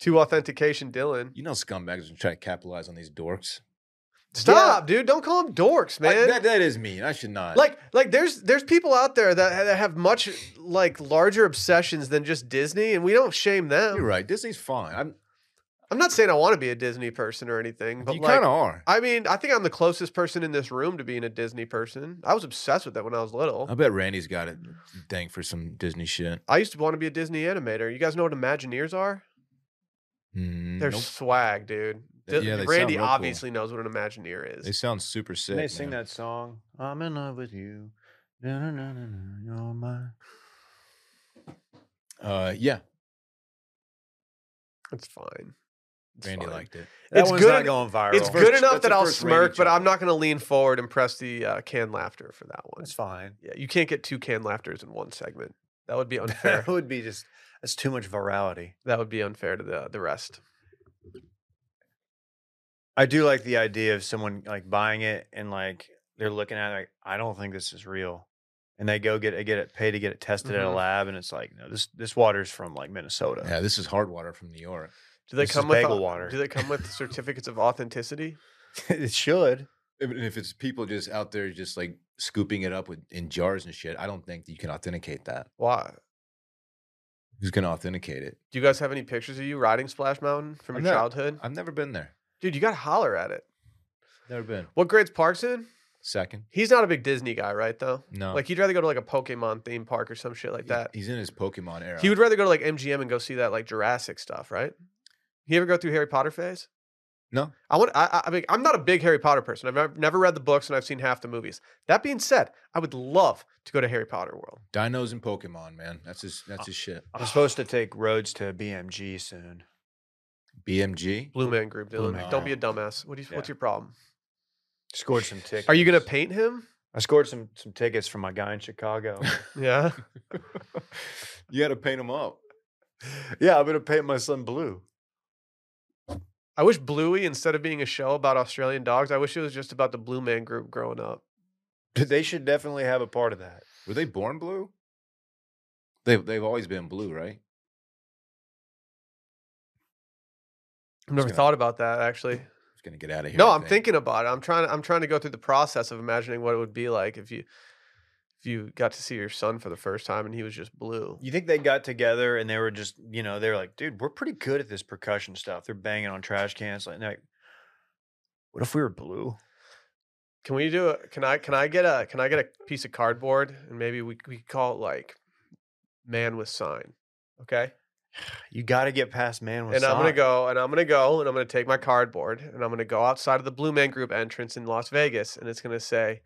To authentication, Dylan. You know, scumbags are trying to capitalize on these dorks. Stop, dude. Don't call them dorks, Like, man. that that is mean. I should not. like, like, there's there's people out there that, ha- that have much like larger obsessions than just Disney, and we don't shame them. you're right. Disney's fine. I'm, I'm not saying I want to be a Disney person or anything, but you like, kind of are. I mean, I think I'm the closest person in this room to being a Disney person. I was obsessed with that when I was little. I bet Randy's got it. Dang for some Disney shit. I used to want to be a Disney animator. You guys know what Imagineers are? Mm, They're nope. swag, dude. Th- D- yeah, they sound Randy real cool. obviously knows what an Imagineer is. They sound super sick. they sing man. that song. I'm in love with you. No, no, no, no, no. You're mine. Uh, yeah, It's fine. It's Randy fine. liked it. That It's one's good not en- going viral. It's That's good the enough first that I'll Randy smirk, but joke. I'm not going to lean forward and press the uh, canned laughter for that one. It's fine. Yeah, you can't get two canned laughters in one segment. That would be unfair. That would be just. That's too much virality. that would be unfair to the the rest. I do like the idea of someone like buying it and like they're looking at it like I don't think this is real, and they go get get it pay to get it tested at a Mhm. lab, and it's like no this this water's from like Minnesota. Yeah, this is hard water from New York. Do they This is come with bagel au- water. Do they come with certificates of authenticity? it should. If, if it's people just out there just like scooping it up with in jars and shit, I don't think that you can authenticate that. Why? Who's gonna authenticate it? Do you guys have any pictures of you riding Splash Mountain from I'm your not- childhood? I've never been there. Dude, you got to holler at it. Never been. What grade's Parks in? Second, He's not a big Disney guy, right? Though, no, like he'd rather go to like a Pokemon theme park or some shit like He- that. He's in his Pokemon era. He would rather go to like MGM and go see that like Jurassic stuff, right? You ever go through Harry Potter phase? No. I want. I, I- I mean, I'm not a big Harry Potter person. I've nev- never read the books, and I've seen half the movies. That being said, I would love to go to Harry Potter World. dinos and Pokemon, man. That's his. That's his shit. I'm supposed to take roads to BMG soon. BMG. Blue Man Group, Blue Dylan. Man Don't be a dumbass. What do you, Yeah. What's your problem? Scored some tickets. Are you gonna paint him? I scored some some tickets from my guy in Chicago. Yeah. you got to paint him up. yeah, I'm gonna paint my son blue. I wish Bluey, instead of being a show about Australian dogs, I wish it was just about the Blue Man Group growing up. They should definitely have a part of that. Were they born blue? They they've always been blue, right? I've never gonna- thought about that actually. It's gonna get out of here. No, I I'm thinking about it. I'm trying. I'm trying to go through the process of imagining what it would be like if you if you got to see your son for the first time and he was just blue. You think they got together and they were just, you know, they were like, dude, we're pretty good at this percussion stuff. They're banging on trash cans, like, and they're like, what if we were blue? Can we do? A, can I? Can I get a? Can I get a piece of cardboard and maybe we we could call it like man with sign. Okay, You got to get past man with and I'm gonna sign. go, and I'm gonna go, and I'm gonna take my cardboard, and I'm gonna go outside of the Blue Man Group entrance in Las Vegas, and it's gonna say,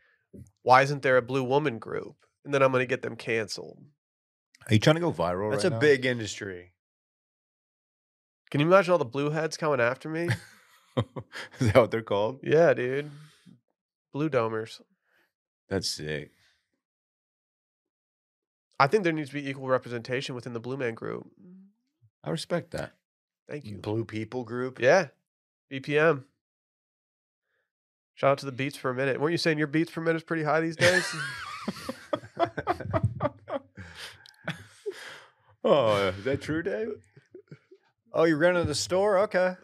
"Why isn't there a Blue Woman Group?" And then I'm gonna get them canceled. Are you trying to go viral? That's right a now? big industry. Can you imagine all the blue heads coming after me? Is that what they're called? yeah, dude, blue domers. That's sick. I think there needs to be equal representation within the Blue Man Group. I respect that. Thank you. Blue people group. Yeah, BPM. Shout out to the beats per minute. Weren't you saying your beats per minute is pretty high these days? oh, is that true, Dave? Oh, you're running to the store? Okay.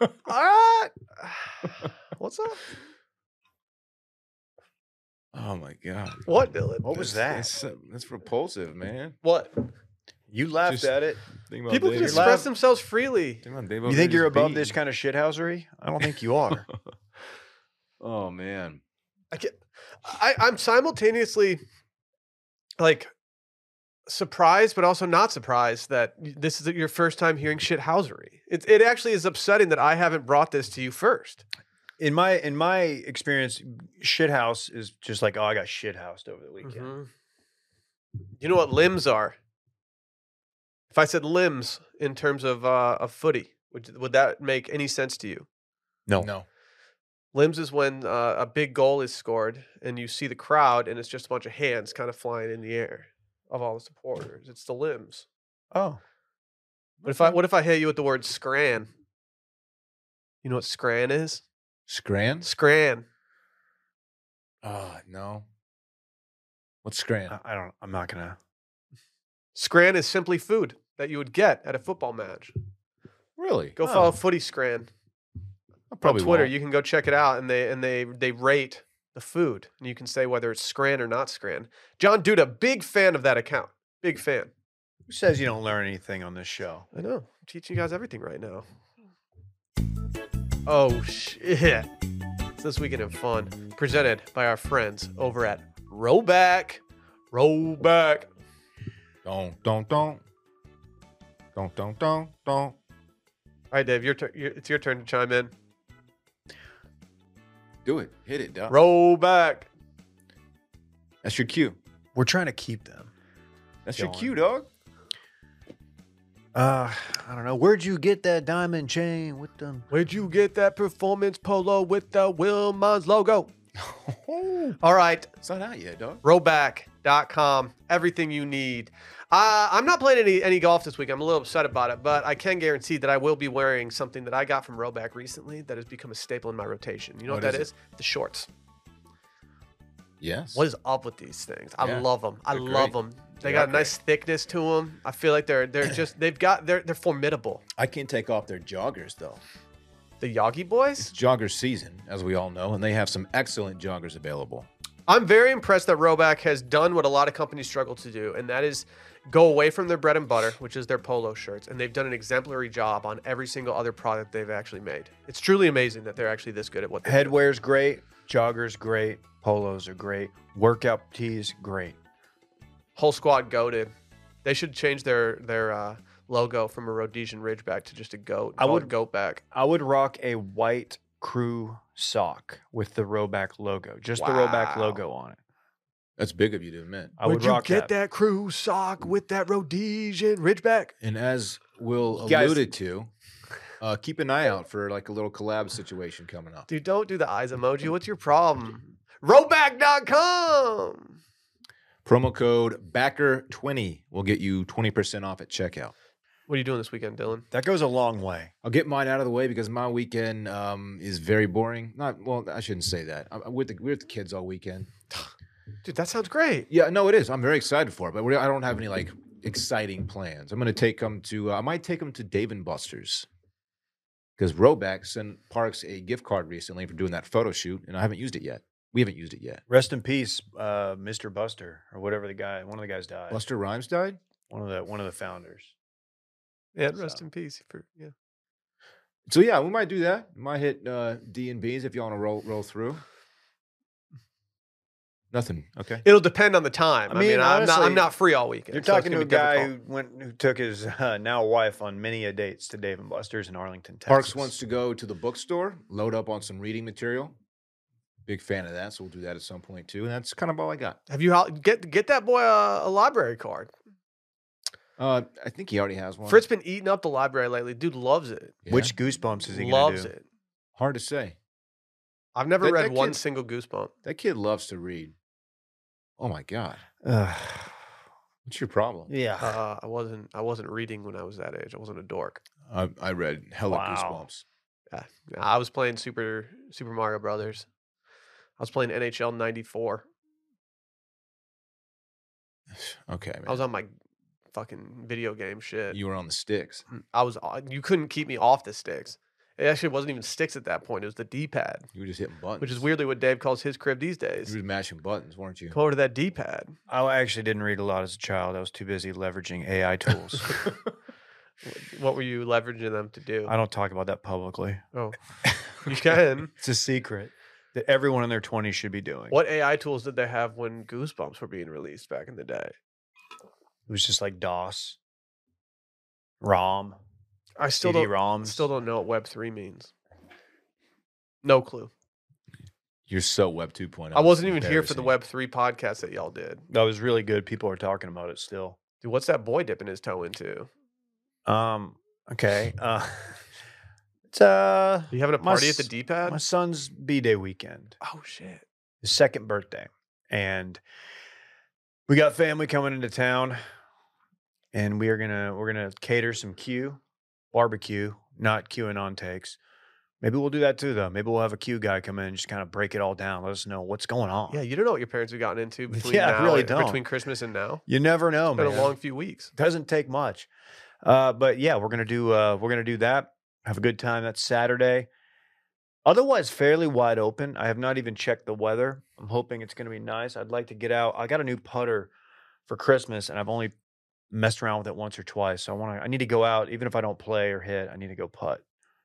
all right. What's up? Oh my god. What, Dylan? Oh. What was that? That's, that's, that's repulsive, man. What? You laughed Just- at it. Think about People can Dave- express themselves freely. Think about Dave over You here think you're just above this beating. kind of shithousery? I don't think you are. Oh man. I can't, I, I'm simultaneously like surprised, but also not surprised that y- this is your first time hearing shithousery. It, it actually is upsetting that I haven't brought this to you first. in my in my experience, shithouse is just like, oh, I got shithoused over the weekend. Mhm. You know what limbs are? If I said limbs in terms of uh, of footy, would would that make any sense to you? No. No. Limbs is when uh, a big goal is scored and you see the crowd and it's just a bunch of hands kind of flying in the air of all the supporters. It's the limbs. Oh, What if I what if I hit you with the word scran? You know what scran is? Scran? Scran. Oh no. What's Scran? I, I don't. I'm not gonna. Scran is simply food that you would get at a football match. really? Go Oh. follow Footy Scran I on probably Twitter. won't. You can go check it out, and they and they they rate the food, and you can say whether it's scran or not scran. John Duda, big fan of that account. Big fan. Who says you don't learn anything on this show? I know. I'm teaching you guys everything right now. Oh shit. It's this weekend in fun. Presented by our friends over at Rollback. Rollback. Don't don't don't. Don't don't don't don't. All right, Dave, your, tur- your it's your turn to chime in. Do it. Hit it, Doc. Rollback. That's your cue. We're trying to keep them. That's your Going. cue, dog. Uh, I don't know. Where'd you get that diamond chain with them? Where'd you get that performance polo with the Wilmons logo? All right, it's not out yet, dog. Roback.com. Everything you need. Uh, I'm not playing any, any golf this week. I'm a little upset about it, but I can guarantee that I will be wearing something that I got from Roback recently that has become a staple in my rotation. You know what, What that is is? The shorts. Yes. What is up with these things? I Yeah, love them. I they're love great. them. They They got are a nice thickness to them. I feel like they're they're just they've got they're they're formidable. I can't take off their joggers though. The Yagi boys. It's jogger season, as we all know, and they have some excellent joggers available. I'm very impressed that Roback has done what a lot of companies struggle to do, and that is go away from their bread and butter, which is their polo shirts. And they've done an exemplary job on every single other product they've actually made. It's truly amazing that they're actually this good at what they do. Headwear's great. Joggers, great. Polos are great. Workout tees, great. Whole squad goaded. They should change their their uh, logo from a Rhodesian Ridgeback to just a goat. I Call it would- goat back. I would rock a white crew sock with the Roback logo, just the Roback Wow. logo on it. That's big of you to admit. I would, rock that. crew sock with that Rhodesian Ridgeback? And as Will You guys- alluded to, uh, keep an eye out for like a little collab situation coming up. Dude, don't do the eyes emoji. What's your problem? Roback.com. Promo code BACKER20 will get you 20% off at checkout. What are you doing this weekend, Dylan? That goes a long way. I'll get mine out of the way because my weekend um, is very boring. Not well, I shouldn't say that. I'm, I'm with the, we're with the kids all weekend. Dude, that sounds great. Yeah, no, it is. I'm very excited for it, but we I don't have any like exciting plans. I'm going to take them to. Uh, I might take them to Dave and Buster's because Roback sent Parks a gift card recently for doing that photo shoot, and I haven't used it yet. We haven't used it yet. Rest in peace, uh, Mr. Buster or whatever the guy. One of the guys died. Buster Rhymes died. One of the one of the founders. Yeah, rest So- in peace. For, yeah. So yeah, we might do that. We might hit uh, D and B's if you want to roll roll through. Nothing. Okay. It'll depend on the time. I I mean, mean, I'm not I'm honestly, not free all weekend. You're so it's talking gonna to a be guy difficult. who went who took his uh, now wife on many a dates to Dave and Buster's in Arlington, Texas. Parks wants to go to the bookstore, load up on some reading material. Big fan of that, so we'll do that at some point too. And that's kind of all I got. Have you hol- get get that boy a, a library card? Uh, I think he already has one. Fritz been eating up the library lately. Dude loves it. Yeah. Which goosebumps is he going to loves do? it. hard to say. I've never That- read that one kid- single goosebump. That kid loves to read. Oh my god, Ugh. what's your problem? yeah. Uh, I wasn't I wasn't reading when I was that age. I wasn't a dork. I, I read hella Wow. goosebumps. Yeah. I was playing Super Super Mario Brothers. I was playing NHL '94. Okay, I was man. on my fucking video game shit. you were on the sticks. I was on- you couldn't keep me off the sticks. It actually wasn't even sticks at that point. It was the D-pad, You were just hitting buttons, which is weirdly what Dave calls his crib these You days. were mashing buttons, weren't you? Come over to that D-pad. I actually didn't read a lot as a child. I was too busy leveraging AI tools. Wh- What were you leveraging them to do? I don't talk about that publicly. Oh, you can. It's a secret that everyone in their 20s should be doing. What AI tools did they have when Goosebumps were being released back in the day? It was just like DOS, ROM, I still don't CD-ROMs. still don't know what Web three means. No clue. You're so Web 2.0. I it's wasn't even here for the embarrassing. Web three podcast that y'all did. That was really good. People are talking about it still. Dude, what's that boy dipping his toe into? Um. Okay. Uh, it's uh Are you having a My party at the s- D my pad? son's b-day weekend, Oh shit! his second birthday, and we got family coming into town, and we are gonna we're gonna cater some Q barbecue, not Q and on takes. Maybe we'll do that too, though. Maybe we'll have a Q guy come in and just kind of break it all down. Let us know what's going on. Yeah, you don't know what your parents have gotten into between Yeah, I now really and- don't. between Christmas and now. You never know, It's been man. a long few weeks. doesn't take much. Uh, but yeah, we're gonna do uh, we're gonna do that. Have a good time. That's Saturday. Otherwise, fairly wide open. I have not even checked the weather. I'm hoping it's gonna be nice. I'd like to get out. I got a new putter for Christmas, and I've only messed around with it once or twice. So I want to. I need to go out, even if I don't play or hit. I need to go putt.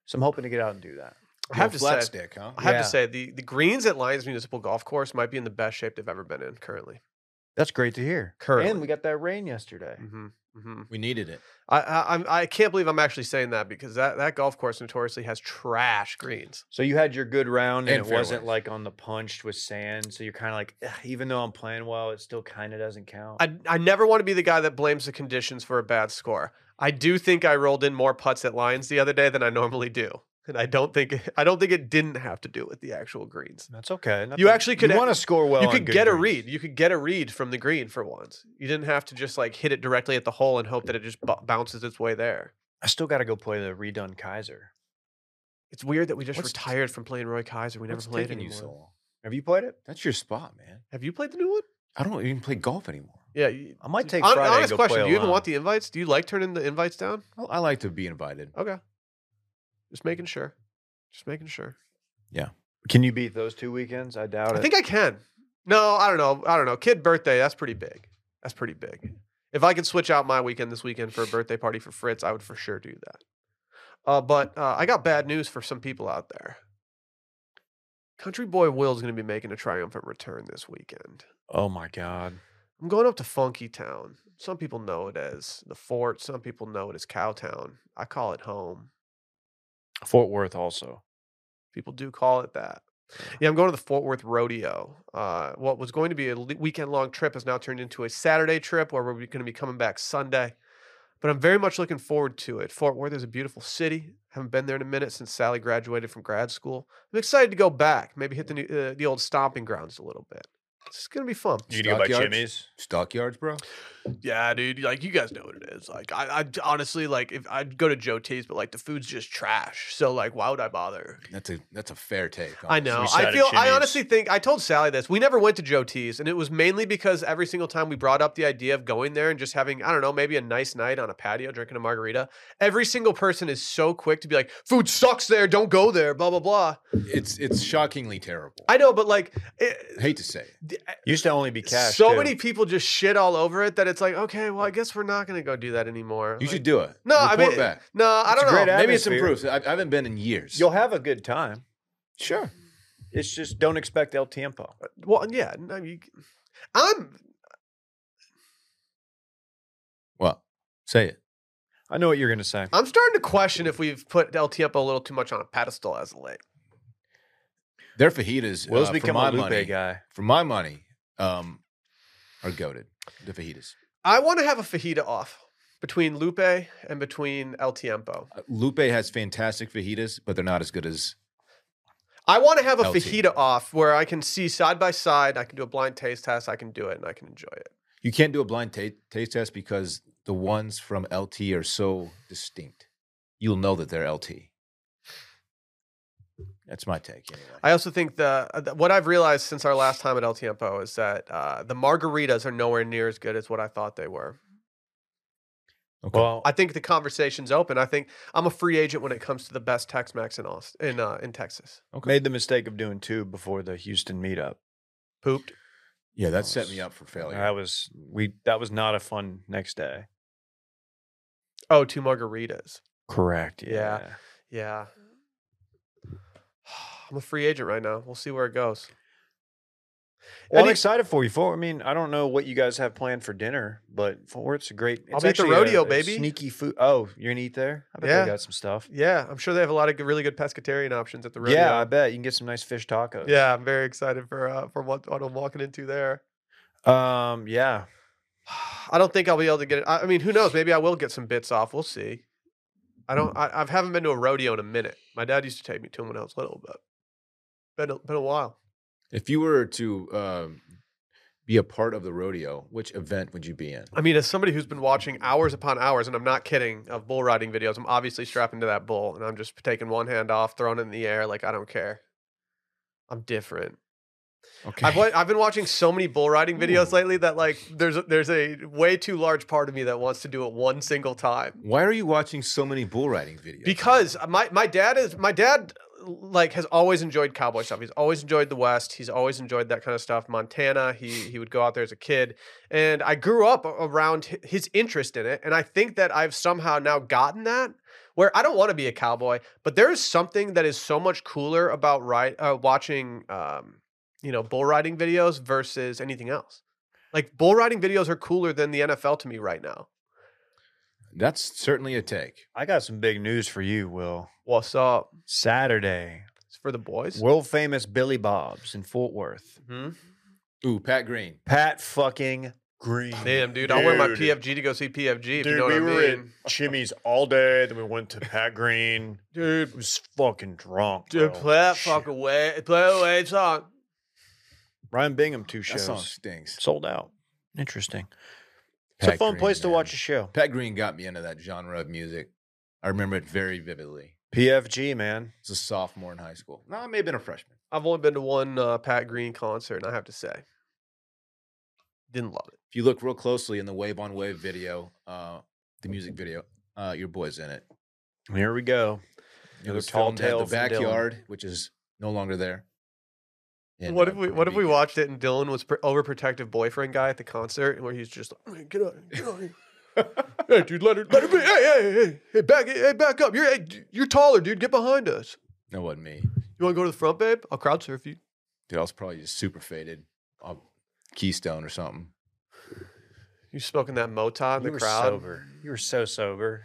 So I'm hoping to get out and do that. I You have a to flat say, stick, huh? I have Yeah. to say the, the greens at Lions Municipal Golf Course might be in the best shape they've ever been in currently. That's great to hear. Currently. And we got that rain yesterday. hmm hmm We needed it. I, I I'm- I can't believe I'm actually saying that because that, that golf course notoriously has trash greens. So you had your good round and, And it wasn't fairways. like on the punched with sand. So you're kind of like, "Ugh, even though I'm playing well, it still kind of doesn't count. I I never want to be the guy that blames the conditions for a bad score. I do think I rolled in more putts at Lions the other day than I normally do, and I don't think I don't think it didn't have to do with the actual greens. That's okay. You actually could want to act- score well. you on could good get a greens. read. You could get a read from the green for once. You didn't have to just like hit it directly at the hole and hope that it just b- bounces its way there. I still got to go play the redone Kaiser. It's weird that we just What's t- retired from playing Roy Kaiser. We never What's played taking you anymore. so long? Have you played it? That's your spot, man. Have you played the new one? I don't even play golf anymore. Yeah. you- I might take Hon- Friday. and honest go question: play Do you even alone. want the invites? Do you like turning the invites down? I I like to be invited. Okay, just making sure. Just making sure. Can you beat those two weekends? I doubt I it. think I can. No, I don't know. I don't know. Kid birthday. That's pretty big. That's pretty big. If I could switch out my weekend this weekend for a birthday party for Fritz, I would for sure do that. Uh, but uh, I got bad news for some people out there. Country Boy Will's going to be making a triumphant return this weekend. Oh my god. I'm going up to Funky Town. Some people know it as the fort. Some people know it as Cowtown. I call it home. Fort Worth also. People do call it that. Yeah, I'm going to the Fort Worth Rodeo. Uh, what was going to be a weekend long trip has now turned into a Saturday trip where we're going to be coming back Sunday. But I'm very much looking forward to it. Fort Worth is a beautiful city. Haven't been there in a minute since Sally graduated from grad school. I'm excited to go back. Maybe hit the new, uh, the old stomping grounds a little bit. It's going to be fun. You gonna go by Stockyards? Jimmy's? Stockyards, bro. Yeah, dude. Like you guys know what it is. Like I, I honestly like if I'd go to Joe T's, but like the food's just trash. So like, why would I bother? That's a that's a fair take. Oh, I honestly. know. side I of feel. I Jimmy's. honestly think I told Sally this. We never went to Joe T's, and it was mainly because every single time we brought up the idea of going there and just having, I don't know, maybe a nice night on a patio drinking a margarita. Every single person is so quick to be like, "Food sucks there. Don't go there." Blah blah blah. It's it's shockingly terrible. I I know, but like, it, eh, hate to say it. Used to only be cash. so too. many people just shit all over it that it's like, okay, well, I guess we're not gonna go do that anymore. You Like, should do it. No, I Report mean, back. no, I It's a don't know. great Maybe it's atmosphere. improved. I, I haven't been in years. You'll have a good time. sure. It's just don't expect El Tiempo. Well, yeah, no, you, I'm Well, say it. I know what you're gonna say. I'm starting to question if we've put El Tiempo a little too much on a pedestal as of late. Their fajitas, Will's uh, for become my a Lupe money, guy. for my money, um, are goaded. The fajitas. I want to have a fajita off between Lupe and between El Tiempo. Uh, Lupe has fantastic fajitas, but they're not as good as I want to have a El fajita off where I can see side by side. I can do a blind taste test. I can do it and I can enjoy it. you can't do a blind ta- taste test because the ones from LT are so distinct. You'll know that they're LT. That's my take. Anyway. I also think the uh, th- what I've realized since our last time at El Tiempo is that uh, the margaritas are nowhere near as good as what I thought they were. Well, I think the conversation's open. I think I'm a free agent when it comes to the best Tex-Mex in Austin, in uh, in Texas. made the mistake of doing two before the Houston meetup. Pooped. yeah, that set me up for failure. That was we. That was not a fun next day. Oh, two margaritas. Correct. Yeah. Yeah. I'm a free agent right now. We'll see where it goes. Well, I'm Any- excited for you, Fort. I mean, I don't know what you guys have planned for dinner, but Fort Worth's a great. I'll it's be at the actually a- rodeo, a baby. Sneaky food. Oh, you're gonna eat there? I bet Yeah. they got some stuff. Yeah, I'm sure they have a lot of good, really good pescatarian options at the rodeo. Yeah, I bet you can get some nice fish tacos. yeah. I'm very excited for uh, for what, what I'm walking into there. Um. Yeah. I don't think I'll be able to get it. I I mean, who knows? Maybe I will get some bits off. We'll see. I don't. I, I haven't been to a rodeo in a minute. My dad used to take me to 'em when I was little, but been a, been a while. If you were to um, be a part of the rodeo, which event would you be in? I mean, as somebody who's been watching hours upon hours, and I'm not kidding, of bull riding videos, I'm obviously strapping to that bull, and I'm just taking one hand off, throwing it in the air, like I don't care. I'm different. Okay. I've, wa- I've been watching so many bull riding videos Ooh. lately that like there's a, there's a way too large part of me that wants to do it one single time Why are you watching so many bull riding videos? because my my dad is my dad like has always enjoyed cowboy stuff. He's always enjoyed the West. He's always enjoyed that kind of stuff. Montana. He he would go out there as a kid, and I grew up a- around hi- his interest in it. And I think that I've somehow now gotten that where I don't want to be a cowboy, but there is something that is so much cooler about ride uh, watching um, you know bull riding videos versus anything else. Like bull riding videos are cooler than the NFL to me right now. that's certainly a take. I got some big news for you, Will. What's up? Saturday, It's for the boys. world famous Billy Bob's in Fort Worth. hmm Ooh, Pat Green. Pat fucking Green. Damn, dude, I'll wear my Dude. PFG to go see PFG. If Dude, you know we what were I mean. at Jimmy's all day. Then we went to Pat Green. dude, It was fucking drunk. dude, bro. play that Oh, Shit. fucking way, play away song. Ryan Bingham two That shows song stinks. sold out. Interesting. it's a Pat fun Green, place to man. watch a show. Pat Green got me into that genre of music. I remember it very vividly. PFG man. I was a sophomore in high school. No, I may have been a freshman. I've only been to one uh, Pat Green concert, and I have to say, didn't love it. If you look real closely in the Wave on Wave video, uh, the music video, uh, your boy's in it. Here we go. It Another was tall filmed at tale the from Dylan. backyard, which is no longer there. And, what uh, if we What if we Beacon. watched it and Dylan was pr- overprotective boyfriend guy at the concert, where he's just like, "Hey, get out, here, get out. here. Hey, dude, let her, let her be. Hey, hey, hey, hey, back, hey, back up. You're, hey, d- you're taller, dude. Get behind us. That wasn't me. You want to go to the front, babe? I'll crowd surf you. Dude, I was probably just super faded, uh, Keystone or something. You smoking that Mota in you the were crowd? sober. You were so sober.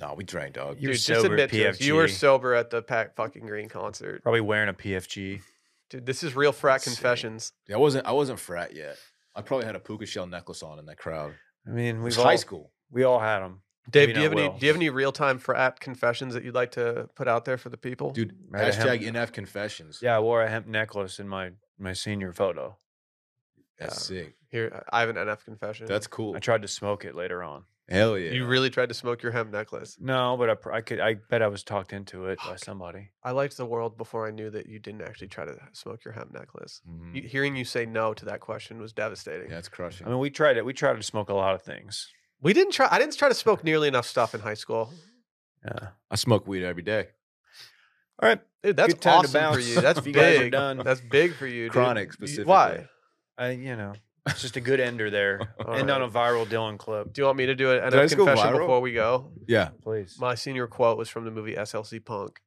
No, we drank, dog. You were Dude, just sober admit at to us, you were PFG. sober at the Pack fucking Green concert. Probably wearing a PFG. Dude, this is real frat Let's see. confessions. I wasn't. I wasn't frat yet. I probably had a puka shell necklace on in that crowd. I mean, It we've was all, high school. We all had them. Dave, Maybe do you have not any Will. do you have any real time frat confessions that you'd like to put out there for the people? Dude, Right, I hashtag haven't- NF confessions. Yeah, I wore a hemp necklace in my my senior photo. That's sick. Here, I have an NF confession. That's cool. I tried to smoke it later on. Hell yeah. you really tried to smoke your hemp necklace. No, but I, pr- I could. I bet I was talked into it by somebody. I liked the world before I knew that you didn't actually try to smoke your hemp necklace. Mhm. You, hearing you say no to that question was devastating. Yeah, it's crushing. I mean, we tried it. We tried to smoke a lot of things. We didn't try. I didn't try to smoke nearly enough stuff in high school. Yeah. I smoke weed every day. All right. Dude, that's Good time to awesome for bounce. you. That's If you guys are big. done. That's big for you. Dude. Chronic You- specifically. Why? I, you know, it's just a good ender there. All End right. on a viral Dylan clip, Do you want me to do an Did NF I just go confession viral? before we go? Yeah. please. My senior quote was from the movie SLC Punk.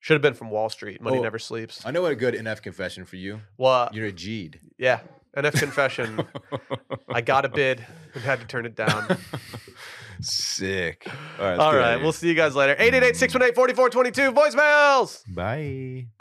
Should have been from Wall Street. Money Oh. never sleeps. I know what a good NF confession for you. Well, You're a G'd. yeah. NF confession. I got a bid and had to turn it down. Sick. All right. let's All get outta right. here. We'll see you guys later. 888 618 4422. Voicemails. Bye.